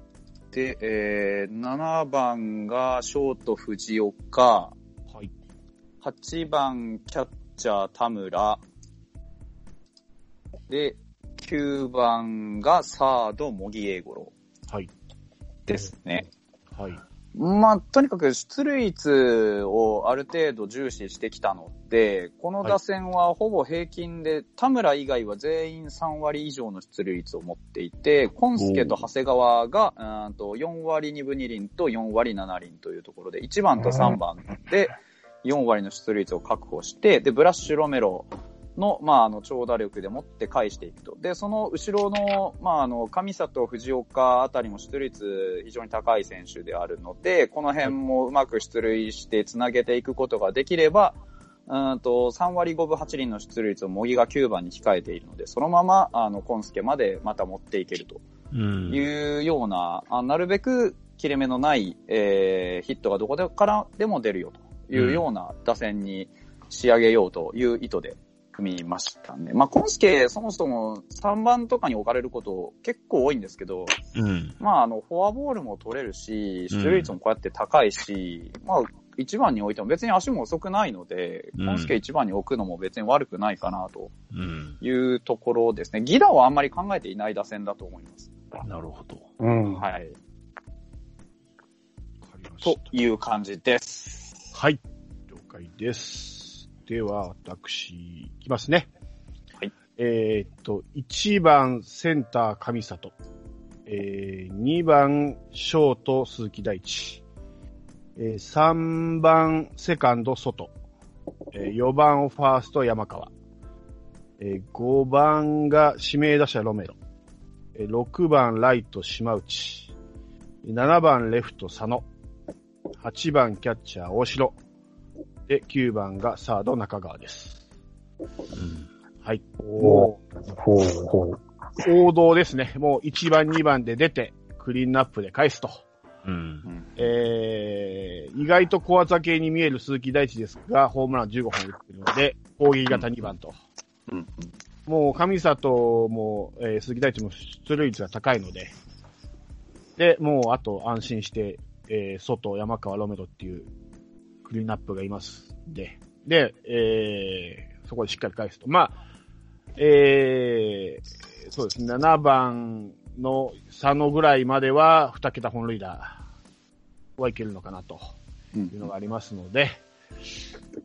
S2: で、えー、7番がショート、藤岡。
S3: はい。
S2: 8番、キャッチャー、田村。で、9番がサード、茂木英五郎。
S3: はい。
S2: ですね。
S3: はい。
S2: まあ、とにかく出塁率をある程度重視してきたので、この打線はほぼ平均で、田村以外は全員3割以上の出塁率を持っていて、コンスケと長谷川がうーんと4割2分2厘と4割7厘というところで、1番と3番で4割の出塁率を確保して、で、ブラッシュ・ロメロの、まあ、あの、長打力でもって返していくと。で、その後ろの、まあ、あの、上里、藤岡あたりも出塁率非常に高い選手であるので、この辺もうまく出塁してつなげていくことができれば、うーんと、3割5分8厘の出塁率を茂木が9番に控えているので、そのまま、あの、コンスケまでまた持っていけると
S1: うん。
S2: いうような、あなるべく切れ目のない、えーヒットがどこでからでも出るよというような打線に仕上げようという意図で組みましたね。まあ、コンスケ、そもそも3番とかに置かれること結構多いんですけど、
S1: うん。
S2: まあ、あの、フォアボールも取れるし、出塁率もこうやって高いし、まあ、1番に置いても別に足も遅くないので、
S1: うん
S2: コンスケ1番に置くのも別に悪くないかなと
S1: うん。
S2: いうところですね。ギダはあんまり考えていない打線だと思います。
S1: なるほど。
S4: うん。
S2: は
S3: わ
S2: い。
S3: かりまし
S2: と
S3: た。
S2: いう感じです。
S3: はい。了解です。では、私、いきますね。
S2: はい。
S3: えーっと、1番、センター、上里。えー、2番、ショート、鈴木大地。えー、3番、セカンド、外。えー、4番、ファースト、山川。えー、5番が指名打者、ロメロ。えー、6番、ライト、島内。7番、レフト、佐野。8番キャッチャー大城。で、9番がサード中川です。
S1: うん。
S3: はい。
S4: おほうほう。
S3: 王道ですね。もう1番、2番で出て、クリーンアップで返すと。
S1: うん。
S3: えー、意外と小技系に見える鈴木大地ですが、ホームラン15本打ってるので、攻撃型2番と。
S2: うん
S3: もう上里も、えー鈴木大地も出塁率が高いので、で、もうあと安心して、えー外、山川、ロメロっていうクリーンアップがいますんで、で、えーそこでしっかり返すと。まあ、えーそうですね、7番の佐野ぐらいまでは2桁本塁打はいけるのかなと
S2: う
S3: いうんのがありますので、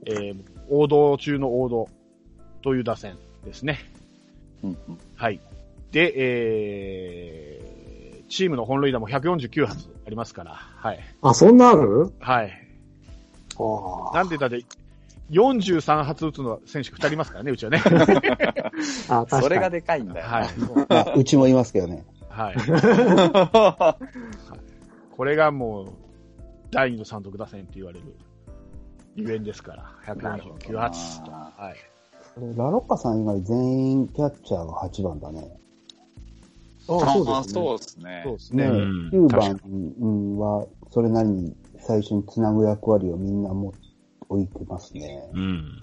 S3: えー王道中の王道という打線ですね。
S2: うん
S3: はい。で、えー、チームの本塁打も149発ありますから、はい。
S4: あ、そんなある
S3: はい。
S4: あ
S3: なんでだって、43発打つのは選手2人いますからね、うち はね。
S4: あ、
S2: そ
S4: 確
S2: れ
S4: か
S2: が
S4: に。
S2: でかいんだよ。
S3: はい。
S5: あうちもいますけどね。
S3: はい。
S2: は
S3: これがもう、第二の三徳打線って言われる、ゆえんですから、149発と。
S2: な
S3: はい。
S5: これラロッカさん以外全員キャッチャーが8番だね。
S4: あそうですね
S2: そ
S3: そう。
S2: うですね
S3: です
S5: ね、
S3: ね。
S1: うん
S5: 9
S3: 確
S5: 番うんは、それなりに最初につなぐ役割をみんな持っておいてますね。
S1: うん。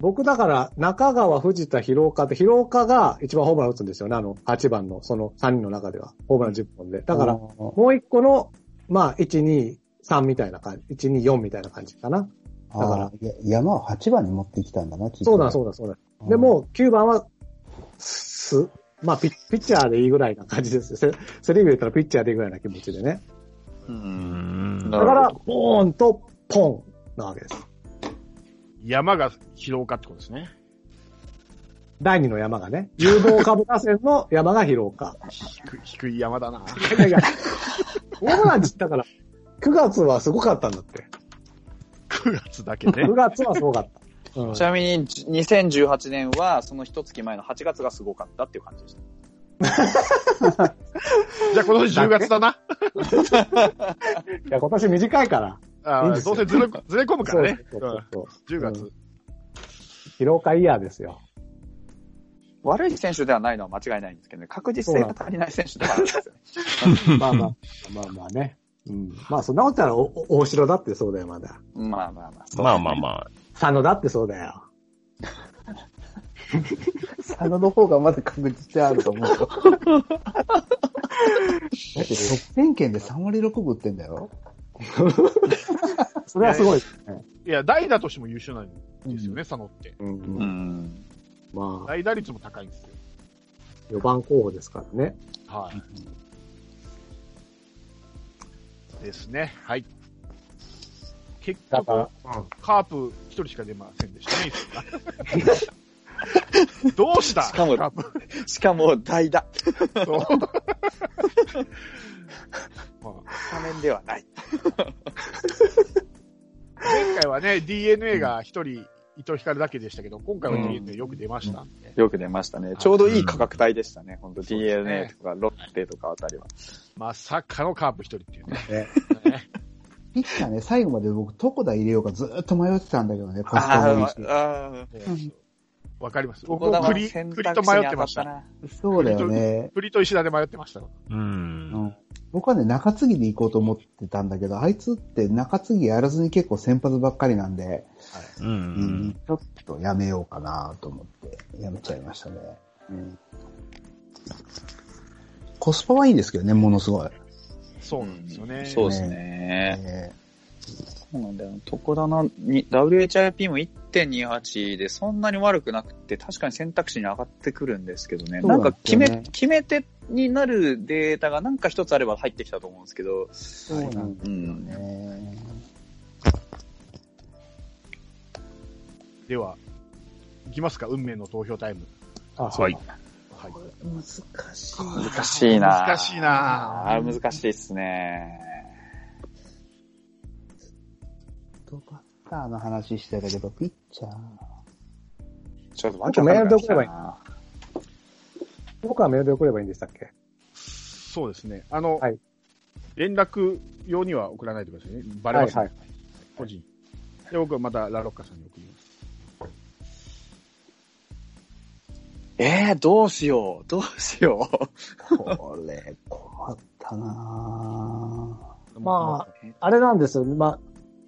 S4: 僕だから、中川、藤田、広岡って、広岡が一番ホームラン打つんですよね。あの、8番の、その3人の中では。ホームラン10本で。だから、
S5: あ
S4: も
S5: ー
S4: う1個の、まあ、1、2、3みたいな感じ。1、2、4みたいな感じかな。だから
S5: あー、や山を8番に持ってきたんだな、
S4: そうだ、そううだ、そうだ。
S5: だ
S4: で、も、9番は、す、まあピッ、ピッチャーでいいぐらいな感じですよ。セセリーグで言ったらピッチャーでいいぐらいな気持ちでね。
S2: う
S1: うんん。
S4: だから、ボーンとポンなわけです。
S3: 山が広岡ってことですね。
S4: 第二の山がね、誘導株打線の山が広岡。
S3: 低い低い山だな。
S4: いやいや、ホームランだから、9月はすごかったんだって。
S3: 9月だけね
S4: 9。月はすごかった。うん
S2: ちなみに、じ2018年は、その一月前の8月がすごかったっていう感じでした。
S3: じゃあ今年10月だな。
S4: いや、今年短いから。
S3: あ
S4: いいん
S3: ー
S4: です
S3: どう
S4: よ
S3: せずれずれ込むからね。
S4: そうそうそう
S3: うん10月。
S4: 広岡イヤーですよ。
S2: 悪い選手ではないのは間違いないんですけどね、確実性が足りない選手ではあるんですよね。
S4: まあまあ、まあまあね。うん、まあそんなこと言ったらお、お大城だってそうだよ、まだ。
S2: まあまあまあ。そう
S1: まあまあまあ。
S4: 佐野だってそうだよ。
S5: 佐野の方がまだ確実であると 思うよ。だって、得点圏で3割6分打ってんだよ。
S4: それはすごい。
S3: いや、代打としても優秀なんですよね、佐野って。
S4: うん
S2: う
S4: うん
S2: ん。
S4: まあ、
S3: 代打率も高いんですよ。
S4: 4番候補ですからね。
S3: はい。ですね。はい。結
S4: だ
S3: 局
S4: か、ら、
S3: カープ一人しか出ませんでしたねい つもな、どうした
S2: しかも
S3: カープ
S2: しかも、代打。
S3: そう まあ
S2: スタメンではない。
S3: 前回はね、DNA が一人、伊藤光だけでしたけど、今回は DNA よく出ましたんで。
S2: よく出ましたね
S3: い。
S2: ちょうどいい価格帯でしたね。本当
S3: そうですね
S2: DNA とかロッテとかあたりは。
S3: まさかのカープ一人っていうね。
S4: ね
S3: ね
S5: ピッチャーね、最後まで僕、床田入れようかずーっと迷ってたんだけどね、コス
S2: あ
S5: パもいい
S2: ー
S5: し。
S2: あ
S5: ん
S3: わかります。
S2: ー、
S3: 僕も栗、栗と迷ってました。
S5: そうだよね。
S3: 栗と石田で迷ってました。
S1: う。
S5: うんん僕はね、中継ぎで行こうと思ってたんだけど、あいつって中継ぎやらずに結構先発ばっかりなんで、
S1: う
S5: うん
S1: ん。
S5: ちょっとやめようかなと思って、やめちゃいましたね。うんコスパはいいんですけどね、ものすごい。
S3: そうなんですよね。
S2: そうですね。
S5: え
S2: そうなんだよ。床田のに WHIP も1.28でそんなに悪くなくて、確かに選択肢に上がってくるんですけどね。
S5: そう
S2: な
S5: なん
S2: か
S5: んです
S2: 決
S5: よね
S2: め、決め手になるデータがなんか一つあれば入ってきたと思うんですけど。
S5: ーそうなんで
S2: うん
S5: す。ね。
S3: では、いきますか、運命の投票タイム。
S4: あ
S1: は。い
S4: そう。だ
S3: はい。
S5: 難しい。
S2: 難しいな
S3: 難しいな
S2: あー難しいですね。
S5: トップバッターの話してたけど、ピッチャー。
S2: ちょっとわけわかんなくなってきたな
S4: 僕はメールで送ればいいんでしたっけ
S3: そうですね。あの、
S4: はい
S3: 連絡用には送らないでくださいね。バレます、
S4: はいはい
S3: 個人。で、僕はまたラロッカさんに送ります。
S2: えー、どうしよう。どうしよう。
S5: これ、困ったな
S4: まあ、あれなんですよ。まあ、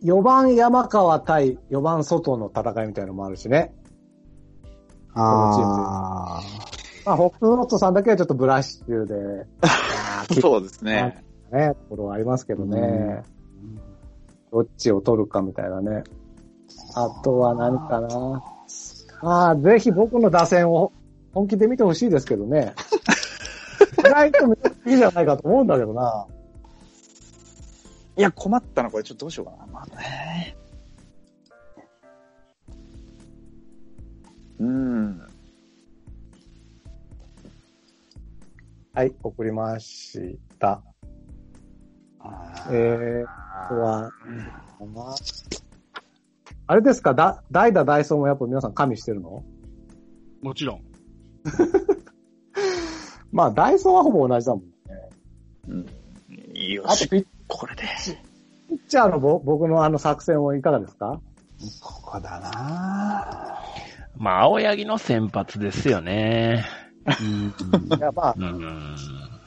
S4: 4番山川対4番外の戦いみたいなのもあるしね。
S5: ぁ。あー
S4: まあ、北斗ロットさんだけはちょっとブラッシュ で、
S2: そうですね。
S4: ね、ところはありますけどね。どっちを取るかみたいなね。あとは何かな。まあ、ぜひ僕の打線を本気で見てほしいですけどね。 意外と見ていいじゃないかと思うんだけどな。
S2: いや、困ったな、これ。ちょっとどうしようかな。まあね。うん。
S4: はい、送りました。
S5: あ
S4: えー、
S5: ー。
S4: あとは、あれですか、だ、代打ダイソーもやっぱ皆さん加味してるの
S3: もちろん。
S4: まあ、ダイソーはほぼ同じだもんね。
S2: よ
S4: あと
S2: し、
S4: ピッ
S2: これで。
S4: チャーのぼ僕のあの作戦はいかがですか
S5: ここだな
S1: まあ、青柳の先発ですよね。
S4: いや、まあ、
S1: うん。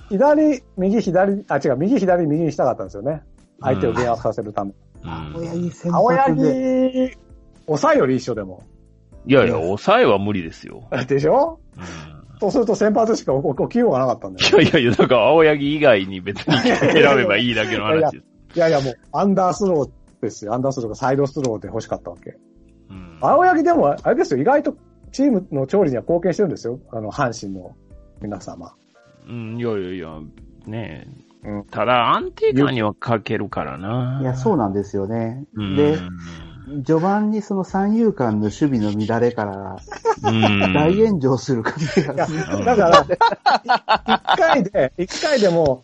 S4: 左、右、左、あ、違う、右、左、右にしたかったんですよね。相手を減圧させるため。
S1: うん
S5: 青柳先
S4: 青
S5: 発で。
S4: 柳、抑えより一緒でも。
S1: いやいや、抑えは無理ですよ。
S4: でしょ
S1: うん
S4: とすると先発しか起き起きようがなかったんだ
S1: い
S4: よ。
S1: やいやいや、だから青柳以外に別に選べばいいだけの話です。
S4: いやいや、もう、アンダースローですよ。アンダースローがサイドスローで欲しかったわけ。
S1: うん
S4: 青柳でも、あれですよ、意外とチームの勝利には貢献してるんですよ。あの、阪神の皆様。
S1: うん、いやいやいや、ねえ
S4: うん
S1: ただ、安定感には欠けるからな。
S5: いや、そうなんですよね。
S1: うん
S5: で、序盤にその三遊間の守備の乱れから
S1: うん
S5: 大炎上する感じがする。
S1: うん
S4: だから、一回で、一回でも、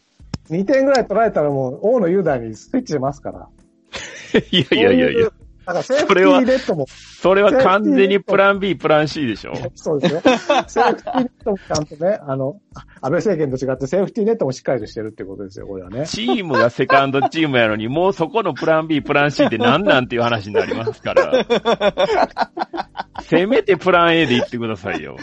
S4: 2点ぐらい取られたらもう、大野雄大にスイッチしますから。
S1: いやいやいやいや。
S4: だからセーフティーネットも、
S1: それは完全にプラン B、プラン C でしょ
S4: そうですよ。セーフティーネットもちゃんとね、あの、安倍政権と違ってセーフティーネットもしっかりとしてるってことですよ、これはね。
S1: チームがセカンドチームやのに、もうそこのプラン B、プラン C って何なんていう話になりますから。せめてプラン A で言ってくださいよ。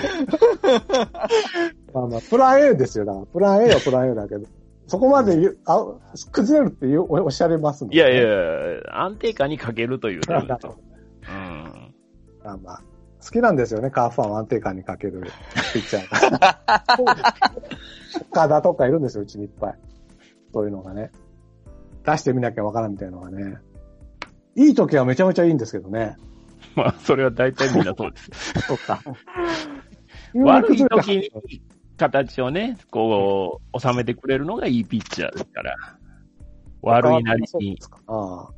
S4: まあまあ、プラン A ですよ、だから。プラン A はプラン A だけど。そこまで言う、あ、崩れるっていうおおっしゃれますもん
S1: いやいやいや、安定感に欠けるという
S4: な
S1: 点
S4: んだ
S1: と。うん。
S4: まあまあ。好きなんですよね、カーファンを安定感にか けるピッチャーが。岡田とかいるんですよ、うちにいっぱい。そういうのがね。出してみなきゃわからんみたいなのがね。いい時はめちゃめちゃいいんですけどね。
S1: まあ、それは大体みんなそうです。
S4: そっか。
S1: 悪い時に形をね、こう、収めてくれるのがいいピッチャーですから。悪いなりに。
S4: ああ。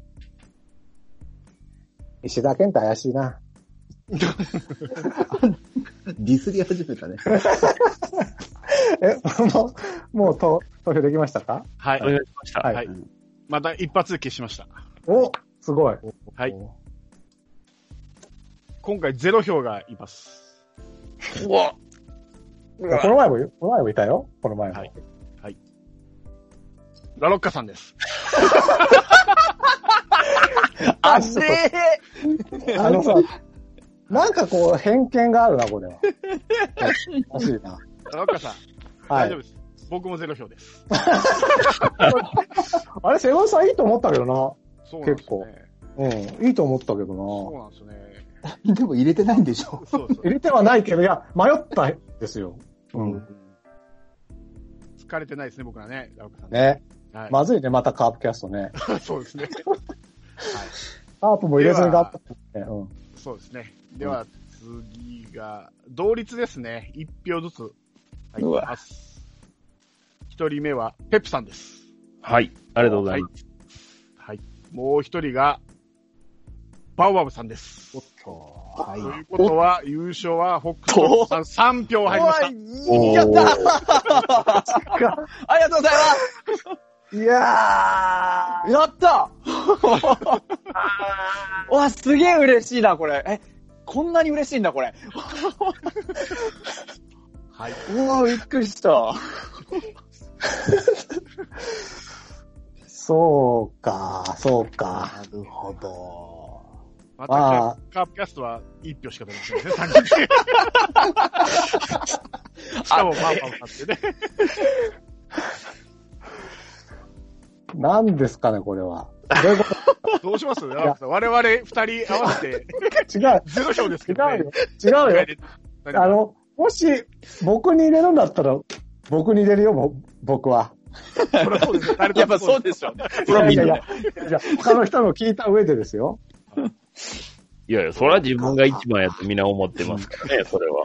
S4: 石田健太怪しいな。
S5: ディスり始めたね。
S4: え、もう、もうと投票できましたか
S3: は
S1: お願い
S3: い。
S1: しました。
S4: はい
S3: はい。また一発で消しました。
S4: おすごい。
S3: はい。今回ゼロ票がいます。
S2: う
S4: この前も、この前もいたよ。この前も。
S3: はいラロッカさんです。
S2: あっせー
S4: あのさ、なんかこう、偏見があるな、こ れは。おかしいな。
S3: ラロッカさん、
S4: は
S3: 大丈夫
S4: い。
S3: です。僕もゼロ票です。
S4: あれ、セブンさんいいと思ったけど
S3: そうなんです
S4: 結構
S3: よね。
S4: な。うん、いいと思ったけ
S3: そう
S4: ど
S3: なんですよね。
S5: でも入れてないんでしょ
S3: そうそ
S4: な。入れてはないけど、いや、迷ったんですよ。うん。
S3: う。疲れてないですね、僕はね、ラロッカさん。
S4: ね。
S3: はい。
S4: まずいね、またカープキャストね。
S3: そうですね。
S4: カープも入れずに頑張ったね。うん。
S3: そうですね。では、次が、同率ですね。一票ずつ入ってます。一人目は、ペップさんです。
S1: はい。ありがとうございます。
S3: はい。もう一人が、バウアブさんです。
S5: はい
S3: と。いうことは、優勝は、ホックスホックスさん3票入りました。
S2: おい、やったーありがとうございますいやーやったー わ、すげえ嬉しいな、これ。え、こんなに嬉しいんだ、これ。
S3: はい。
S2: うわびっくりした。
S4: そうか、そうか。
S5: なるほど。
S3: ま
S4: あ
S3: たキャ、カープキャストは1票しか出ませんね、3人で。しかも、バウアブさんってね。
S4: 何ですかね、これは。どういうこ
S3: どうしますラロッカさん。我々2人合わせて、
S4: と違う、
S3: 0票ですけどね。
S4: 違うよ。違うよ。あの、もし、僕に入れるんだったら、僕に入れるよ、ぼ僕は。
S3: そりゃそうですよ。
S2: やっぱそうでしょ。
S1: それはみんな、
S4: いやい
S1: ね、
S4: やいや、他の人の聞いた上でですよ。
S1: いやいや、それは自分が一番やとみんな思ってますからね、それは。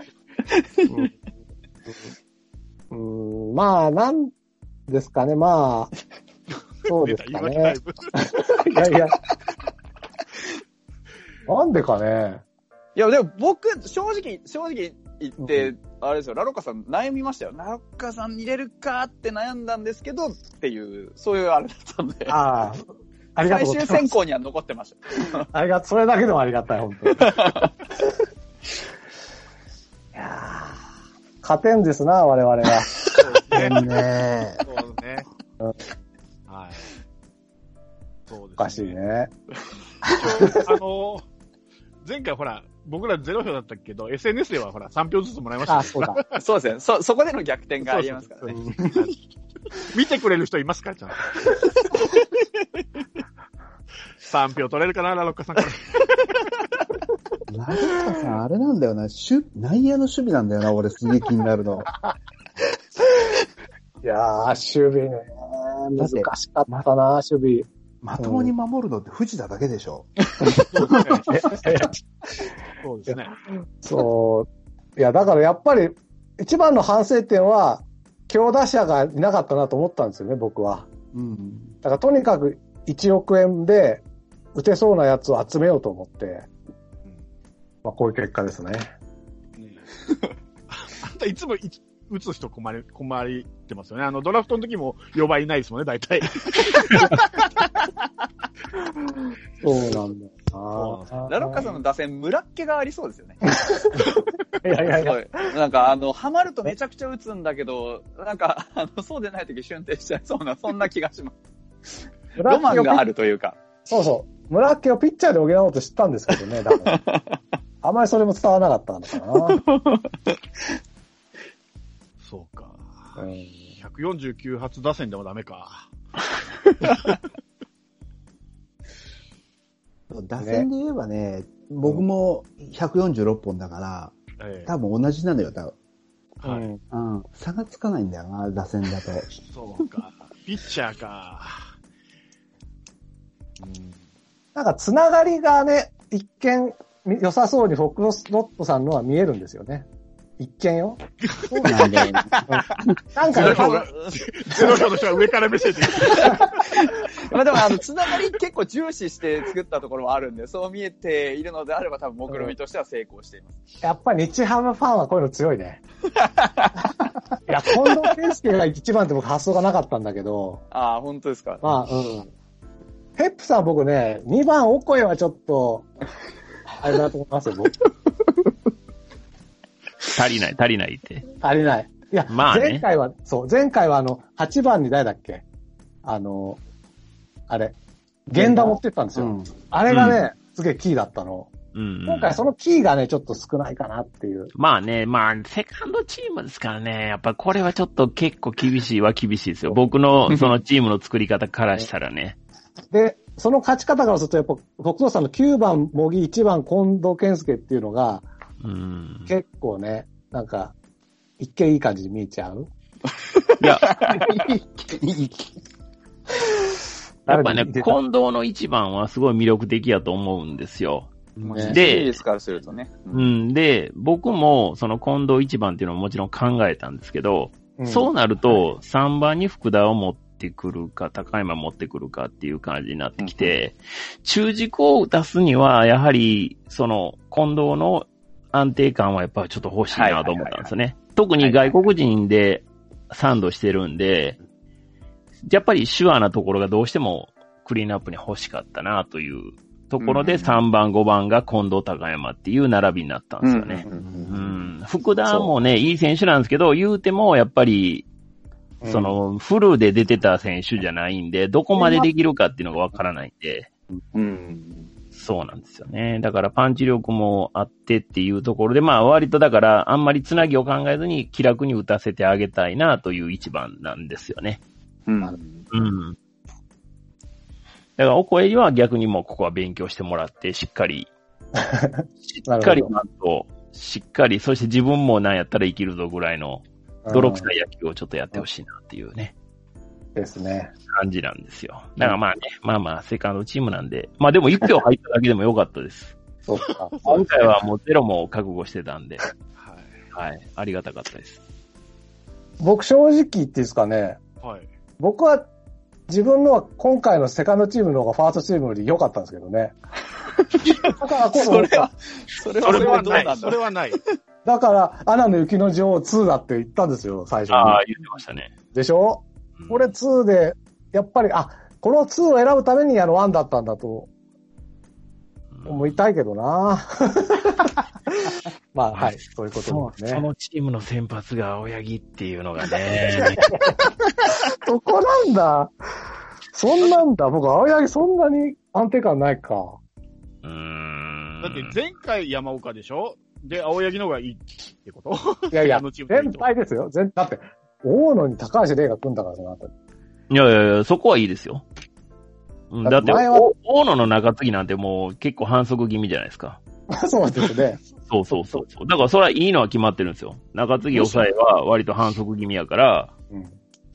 S4: うーん、まあ、なんですかね、まあ、そう
S3: 出
S4: です
S3: た、今
S4: か ね。いやいや。なんでかね。
S2: いや、でも僕、正直、正直言って、あれですよ、ラロッカさん悩みましたよ。ラロッカさん入れるかって悩んだんですけど、っていう、そういうあれだったんで。
S4: ああ、ありがと
S2: 最
S4: う
S2: 終
S4: ございま
S2: 選
S4: す。
S2: 考には残ってました。
S4: ありがそれだけでもありがたい、本当に。いやー勝てんですな、我々は。
S5: ね
S3: そうですね
S4: うん。
S3: はい。そうですね。
S4: おかしいね。
S3: 一応。あの、前回ほら、僕らゼロ票だったけど、SNS ではほら、3票ずつもらいました
S4: あ、
S3: ね。
S4: そうだ。
S2: そうですね。そ、そこでの逆転がありますからね。
S3: そうそうそう見てくれる人いますかちゃ んと。3票取れるかなラロッカさんから。
S5: ラルカさん、あれなんだよな。守内野の守備なんだよな、俺すげえ気になるの。
S4: いやー、守備ね。
S5: だ
S4: 難
S5: って
S4: しかったな、守
S5: まともに守るのって藤田だけでしょ。
S4: 備。
S3: そうですね。
S4: そう。いや、だからやっぱり、一番の反省点は、強打者がいなかったなと思ったんですよね、僕は。
S5: うん。
S4: だからとにかく1億円で打てそうなやつを集めようと思って、まあこういう結果ですね。
S3: あんたいつもい打つ人困り、困りってますよね。あの、ドラフトの時も4倍いないですもんね、大体。
S4: そうなんだ。ああ
S2: ラロッカさんの打線、村っ気がありそうですよね。
S4: いやいやい
S2: す
S4: や
S2: ご。い。なんか、あの、ハマるとめちゃくちゃ打つんだけど、なんか、あの、そうでない時瞬停しちゃいそうな、そんな気がします。ロマンがあるというか。
S4: そうそう。村っ気をピッチャーで補おうとしたんですけどね、だから。 あまりそれも伝わらなかったのか
S3: そうか。
S4: な。うん、
S3: 149発打線でもダメか。
S5: 打線で言えばね、僕も146本だから、
S3: ええ
S5: 多分同じなのよ、多分。
S3: はい
S4: うん
S5: うん。差がつかないんだよな、打線だと。
S3: そうか。ピッチャーか。うん
S4: なんか、つながりがね、一見、み良さそうにフォックロットさんのは見えるんですよね。一見よ。
S5: そうなんだよね。
S4: なんか
S3: ゼロ
S4: ね、
S3: 票
S4: 多
S3: が
S4: 分、
S3: ゼロ票の人が上から目線で。
S2: まあでも、あの、つながり結構重視して作ったところもあるんで、そう見えているのであれば、多分、目論みとしては成功しています。
S4: やっぱ日ハムファンはこういうの強 いね。いや、近藤健介が一番って僕発想がなかったんだけど、
S2: ああ、本当ですか。
S4: まあ、うん。ヘップさん僕ね、2番オコエはちょっと、あれだと思いますよ、僕。
S1: 足りない、足りないって。
S4: 足りない。いや、
S1: まあね
S4: 前回は、そう、前回はあの、8番に誰だっけあの、あれ、源田持ってったんです
S5: う
S4: よ。
S5: ん。
S4: あれがね、すげえキーだったの。
S1: うん、
S4: 今回そのキーがね、ちょっと少ないかなっていう。
S1: まあね、まあ、セカンドチームですからね、やっぱこれはちょっと結構厳しいは厳しいですよ。僕のそのチームの作り方からしたらね。
S4: で、その勝ち方からすると、やっぱ、北斗さんの9番、茂木、1番、近藤健介っていうのが、
S1: うん。
S4: 結構ね、なんか、一見いい感じに見えちゃう。
S1: いや、やっ
S4: 誰に
S1: ぱね、
S4: 出
S1: 近
S4: た
S1: 藤の一番はすごい魅力的やと思うんですよ。
S2: まあ
S1: で
S2: シリーズからするとね。
S1: う。ん。で、僕もその近藤一番っていうのはもちろん考えたんですけど、そうなると3番に福田を持ってくるか、高山持ってくるかっていう感じになってきて、中軸を出すには、やはり、その、近藤の安定感はやっぱりちょっと欲しいなと思ったんですね。特に外国人でサンドしてるんで、やっぱり手話なところがどうしてもクリーンアップに欲しかったなというところで
S2: うん
S1: 3番、5番が近藤高山っていう並びになったんですよね。うん福田もね、いい選手なんですけど、言うても、やっぱり、
S4: うん
S1: そ、の、フルで出てた選手じゃないんで、どこまでできるかっていうのがわからないんで、
S2: うん。
S1: そうなんですよね。だからパンチ力もあってっていうところで、まあ割とだから、あんまりつなぎを考えずに気楽に打たせてあげたいなという一番なんですよね。
S2: うん。
S1: うん。だから、お声には逆にもうここは勉強してもらって、しっか り、しっかりなんと、しっかり、そして自分もなんやったら生きるぞぐらいの、泥臭い野球をちょっとやってほしいなっていうね、
S4: うんですね。
S1: 感じなんですよ。だからまあね、まあまあ、セカンドチームなんで、まあでも1票入っただけでもよかった です。
S4: そうか。
S1: 今回はもうゼロも覚悟してたんで、
S3: は
S1: はい、ありがたかったです。
S4: 僕正直言っていいですかね。
S3: い。はい。
S4: 僕は、自分のは今回のセカンドチームの方がファーストチームより良かったんですけ どね。だからこそ
S2: それは、 それは、
S3: そ
S2: そ
S3: れ
S2: れ
S3: は
S2: はどう
S3: な。
S2: ないん
S3: そ
S2: だ
S3: れ
S2: ろう。
S3: はない。
S4: だから、アナの雪の女王2だって言ったんですよ、最初
S1: ああ
S4: に。、
S1: 言ってましたね。
S4: でしょ
S1: うん
S4: これ2で、やっぱり、あ、この2を選ぶためにあの1だったんだと思いたいけどな まあ、はい、そういうことです
S1: そ
S4: ね。
S1: のチームの先発が青柳っていうのが ね、
S4: そこなんだ。そんなんだ。僕、青柳そんなに安定感ないか。
S1: うーん
S3: だって前回山岡でしょで、青柳の方がいいってこと
S4: いやいや
S3: あのチー、ムがいい
S4: 全
S3: と
S4: 体ですよ。全だって、大野に高橋玲が組んだから、その後。
S1: いやいやいや、そこはいいですよ。うんだ
S4: だ
S1: っ、
S4: ってて前は
S1: お大野の中継ぎなんてもう結構反則気味じゃないですか。
S4: そうですね。
S1: そうそうそうそう。だからそれはいいのは決まってるんですよ。中継ぎ抑えは割と反則気味やから、
S4: うん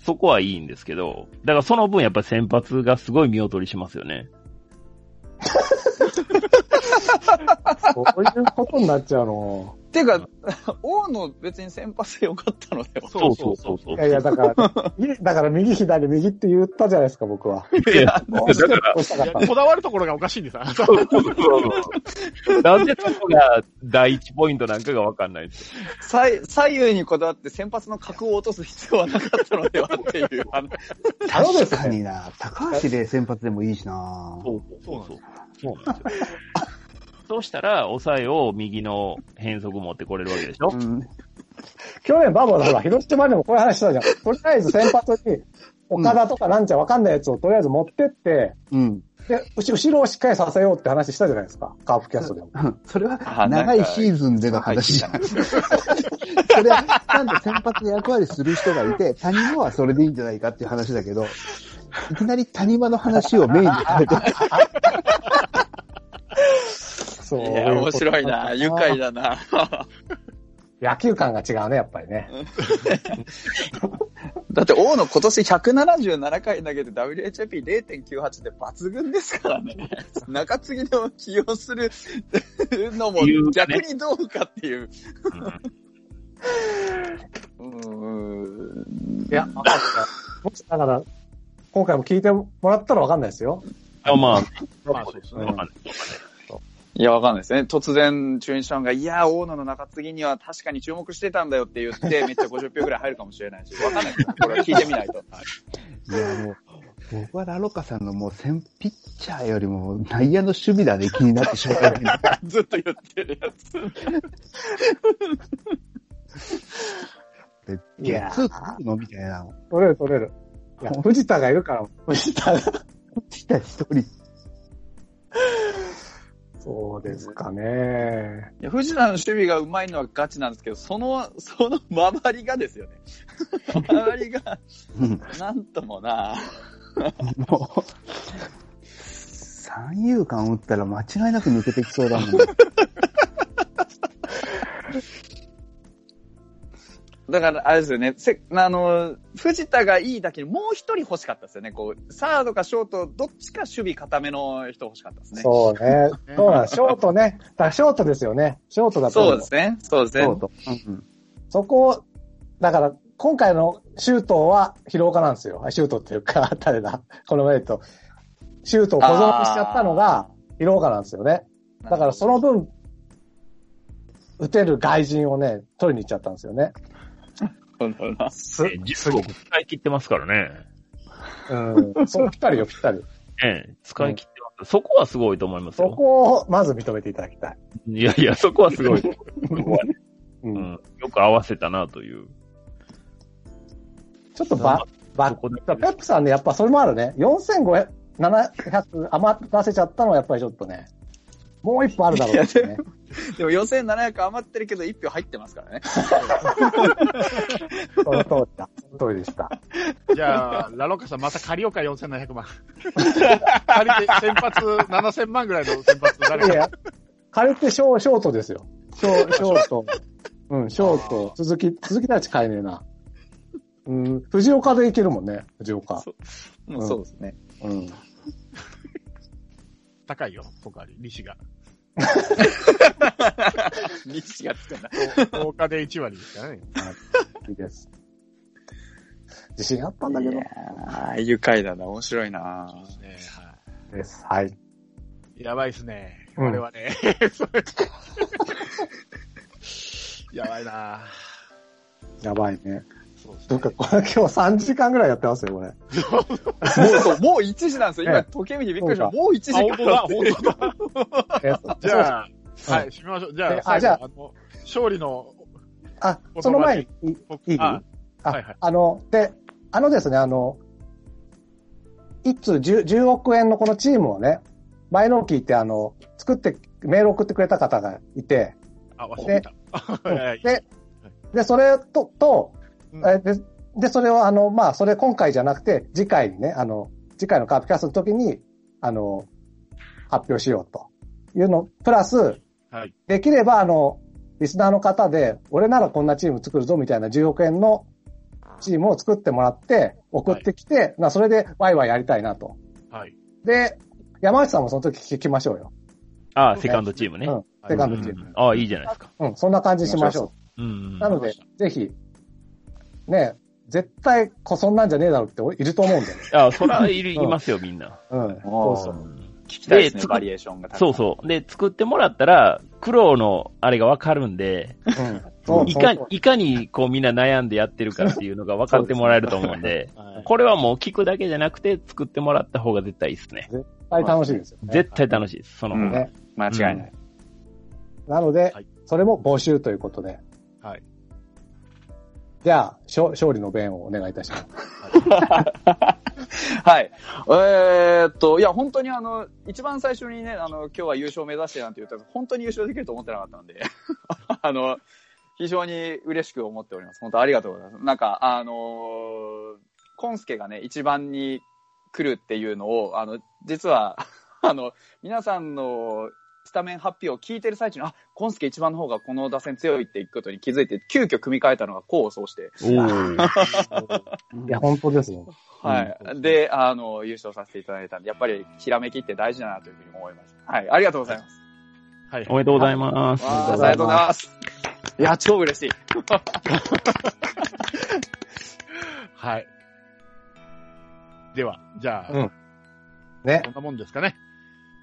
S1: そこはいいんですけど、だからその分やっぱ先発がすごい見劣りしますよね。
S4: そういうことになっちゃうの。
S2: っていうか、王の別に先発でよかったのでは。
S1: そうそうそうそう
S4: いやいや、だから、いだから右左右って言ったじゃないですか、僕は。
S1: いやだから、
S4: 押したか
S3: い
S4: っ
S3: や
S4: たの
S3: こだわるところがおかしいんです。あなた
S1: そうそうそうなんでそこが第一ポイントなんかがわかんないですよ。
S2: 左左右にこだわって先発の格を落とす必要はなかったのではっていう。あの
S4: そうで
S5: 確
S4: すね
S5: かにな。高橋で先発でもいいしな。
S1: そうそうそうそうなんですよ。そうしたら、抑えを右の変則持ってこれるわけでしょ、
S5: うん。
S4: 去年バーバーだから、広島でもこういう話したじゃん。とりあえず先発に、岡田とかなんちゃわかんないやつをとりあえず持ってって、
S5: うん。
S4: で、うし後ろをしっかりさせようって話したじゃないですか。カープキャストでも。
S5: それは
S2: あ、なんか
S5: 長いシーズンでの話じゃ ん。それは、ちゃんと先発役割する人がいて、谷間はそれでいいんじゃないかっていう話だけど、いきなり谷間の話をメインに食 べて、
S4: そう。
S2: いや、面白いな。愉快だな。
S4: 野球感が違うね、やっぱりね。
S2: だって、大野今年177回投げて WHIP0.98 で抜群ですからね。 中継ぎの起用する のも
S1: 理由ね
S2: 逆にどうかっていう。
S1: うん
S2: うーん
S4: いや、わかんない僕だから、今回も聞いてもらったらわかんないですよ。
S1: あまあ、
S3: まあそうですね
S1: わ。かんない。
S2: いや、わかんないですね。突然、中日ファンが、いや、大野の中継ぎには確かに注目してたんだよって言って、めっちゃ50票ぐらい入るかもしれないし、わかんないですよこれは聞いてみない と。
S5: いや、もう、僕はラロカさんのもう先、ピッチャーよりも内野の守備だね、気になってしまう。
S2: ずっと言ってるやつ。
S5: いや、ツーツーのみたいな。
S4: 取れる取れる。いや、藤田がいるから、
S2: 藤田が
S5: 来た一人。
S4: そうですかね。
S2: いや藤田の守備がうまいのはガチなんですけど、その、 その周りがですよね。周りが、
S5: うん
S2: なんともな。
S5: もう、三遊間打ったら間違いなく抜けてきそうだもん。
S2: だから、あれですよね。せ、あの、藤田がいいだけにもう一人欲しかったですよね。こう、サードかショート、どっちか守備固めの人欲しかったですね。
S4: そうね。そうなんですショートね。だからショートですよね。ショートだと思
S2: そうですね。そうですね。
S5: そうと。うん
S4: そこを、だから、今回の周東は広岡なんですよ。あ周東っていうか、 誰だ。この前と。周東を保存しちゃったのが広岡なんですよね。だからその分、打てる外人をね、取りに行っちゃったんですよね。
S2: そうだな
S4: す、
S1: え10億使い切ってますからね。
S4: うん。そう、ぴったりよ、ぴったり。
S1: ええ、使い切ってます。そこはすごいと思います
S4: そ
S1: よ。
S4: こをまず認めていただきたい。
S1: いやいや、そこはす ごい。そこはね
S4: う。
S1: うんん、よく合わせたなという。
S4: ちょっとば、ば
S1: そこで
S4: ペップさんね、やっぱそれもあるね。4500、700余らせちゃったのはやっぱりちょっとね、もう一歩あるだろうですね。
S2: でも4700余ってるけど1票入ってますからね。
S4: その通りだ。その通りでした。
S3: じゃあ、ラロカさんまた借りようか、4700万。借りて、先発7000万ぐらいの先発誰
S4: い
S3: か。
S4: や、借りてショーショートですよ。ショーショート。うん、ショート。鈴木、鈴木たち買えねえな。うん、藤岡でいけるもんね、藤岡。
S2: もうそうですね。
S4: うん。
S3: 高いよ、ポカリ、西が。
S2: 西がつかない。
S3: 10日で1割ですからね。
S4: いいです。自信あったんだけど。
S2: いやー愉快だな、面白いな。
S3: ねは
S4: です。はい。
S3: い、やばいですね。
S4: うん
S3: これはね。 やばいな
S4: やばいね。
S3: そうです
S4: なんか、これ今日3時間ぐらいやってますよ、これ。
S2: もうそう、もう1時なんですよ。
S4: え
S2: 今、
S4: え
S2: 時計見てびっくりした。
S4: そう
S2: もう1時
S3: あ、本
S2: 間
S3: 当だ、本当だ。
S4: え
S3: じゃあ、
S4: うん
S3: はい、締めましょう。じゃ
S4: え
S3: あ、
S4: あ
S3: あ
S4: じ
S3: じ
S4: ゃ
S3: ゃ
S4: あ
S3: あの、勝利の、
S4: あ、その前に、いいい
S3: あ
S4: あ、
S3: はいはい
S4: あの、で、あのですね、あの、一通 10, 10億円のこのチームをね、マイノーキーってあの、作って、メール送ってくれた方がいて、
S3: あ、忘れてた。 はい
S4: で、で、それと、と、
S3: うん
S4: えで、で、それをあの、まあ、それ今回じゃなくて、次回にね、あの、次回のカープキャストの時に、あの、発表しようというの、プラス、
S3: はい。
S4: できれば、あの、リスナーの方で、俺ならこんなチーム作るぞみたいな10億円のチームを作ってもらって、送ってきて、なそれでワイワイやりたいなと。
S3: はい。
S4: で、山内さんもその時聞きましょうよ。
S1: ああ、セカンドチームね。
S4: うん。セカンドチーム。
S1: ああ、いいじゃないですか。
S4: うん、そんな感じにしましょ
S1: うん
S4: う。
S1: うん。
S4: なので、ぜひ、ね、絶対こそんなんじゃねえだろうっておいると思うんだよ。
S1: ああ、そらいるいますよ、みんな。
S4: うん。
S2: おー
S4: そうそう。
S2: 聞きたいですね、
S1: で
S2: バリエーションが高い。
S1: そうそう。で、作ってもらったら、苦労のあれがわかるんで、
S4: うん。そう
S1: い
S4: そう
S1: かいかにこうみんな悩んでやってるかっていうのが分か ってもらえると思うんで、これはもう聞くだけじゃなくて作ってもらった方が絶対いいですね。
S4: 絶対楽しいですよね。
S1: 絶対楽しいです。その
S2: う
S1: 方
S2: ん
S1: が。
S4: ね
S2: 間違いない。
S4: なので
S3: はい、
S4: それも募集ということで。
S3: はい。
S4: じゃあ、勝勝利の弁をお願いいたします。
S2: はい。えーっと、いや、本当にあの、一番最初にね、あの、今日は優勝目指してなんて言ったら、本当に優勝できると思ってなかったんで、 あの、非常に嬉しく思っております。本当ありがとうございます。なんか、あのーコンスケがね、一番に来るっていうのを、あの、実は、 あの、皆さんのスタメン発表を聞いてる最中に、あ、コンスケ一番の方がこの打線強いっていくことに気づいて、急遽組み替えたのが功を奏して、
S1: おー
S4: いや、本当です よ。
S2: はい。で、あの、優勝させていただいたんで、やっぱり、ひらめきって大事だなというふうに思いました。はい。ありがとうございます。
S3: はい
S1: お。めでとうございます。
S2: わああ
S4: あ
S2: り
S4: り
S2: が
S4: が
S2: と
S4: と
S2: うござ
S4: うござ
S2: います。いや、超嬉しい。
S3: はい。では、じゃあ、
S4: うんね
S3: こん。なもんですかね。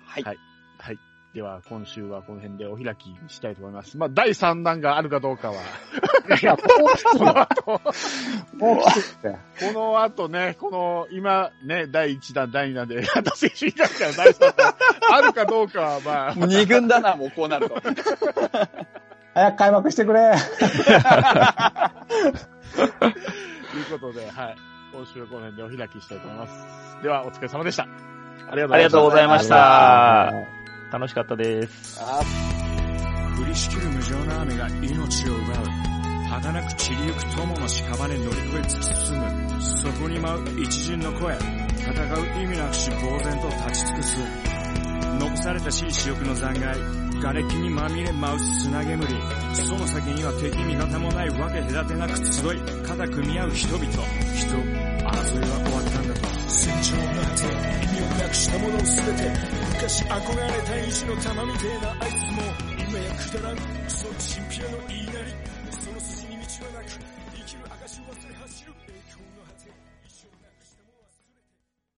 S2: はい
S3: はい。はい。では、今週はこの辺でお開きにしたいと思います。まあ、第3弾があるかどうかは、
S4: いや、こ
S3: この後、こ
S4: うきつくて。
S3: の後ね、この、今ね、第1弾、第2弾で、あと選手になったら第3弾、あるかどうかは、まあ、
S2: 二軍だな、もうこうなると。
S4: 早く開幕してくれ。
S3: ということで、はい。今週はこの辺でお開きしたいと思います。では、お疲れ様でした。ありがとうございました
S1: ありがとうございました
S4: ありがとうございました。
S1: 楽しかったです。
S6: 降りしきる無情な雨が命を奪う儚く散りゆく友の屍に乗り越え突き進むそこに舞う一陣の声戦う意味なくし呆然と立ち尽くす残されたしい死翼の残骸瓦礫にまみれ舞う砂煙その先には敵味方もないわけ隔てなく集い肩組み合う人々人争いは終わったんだと戦場の果て意味をなくしたものを全て昔憧れた意地の玉みてえなあいつも今やくだらんクソチンピラの言いなりその筋に道はなく生きる証を忘れ走る栄光の果て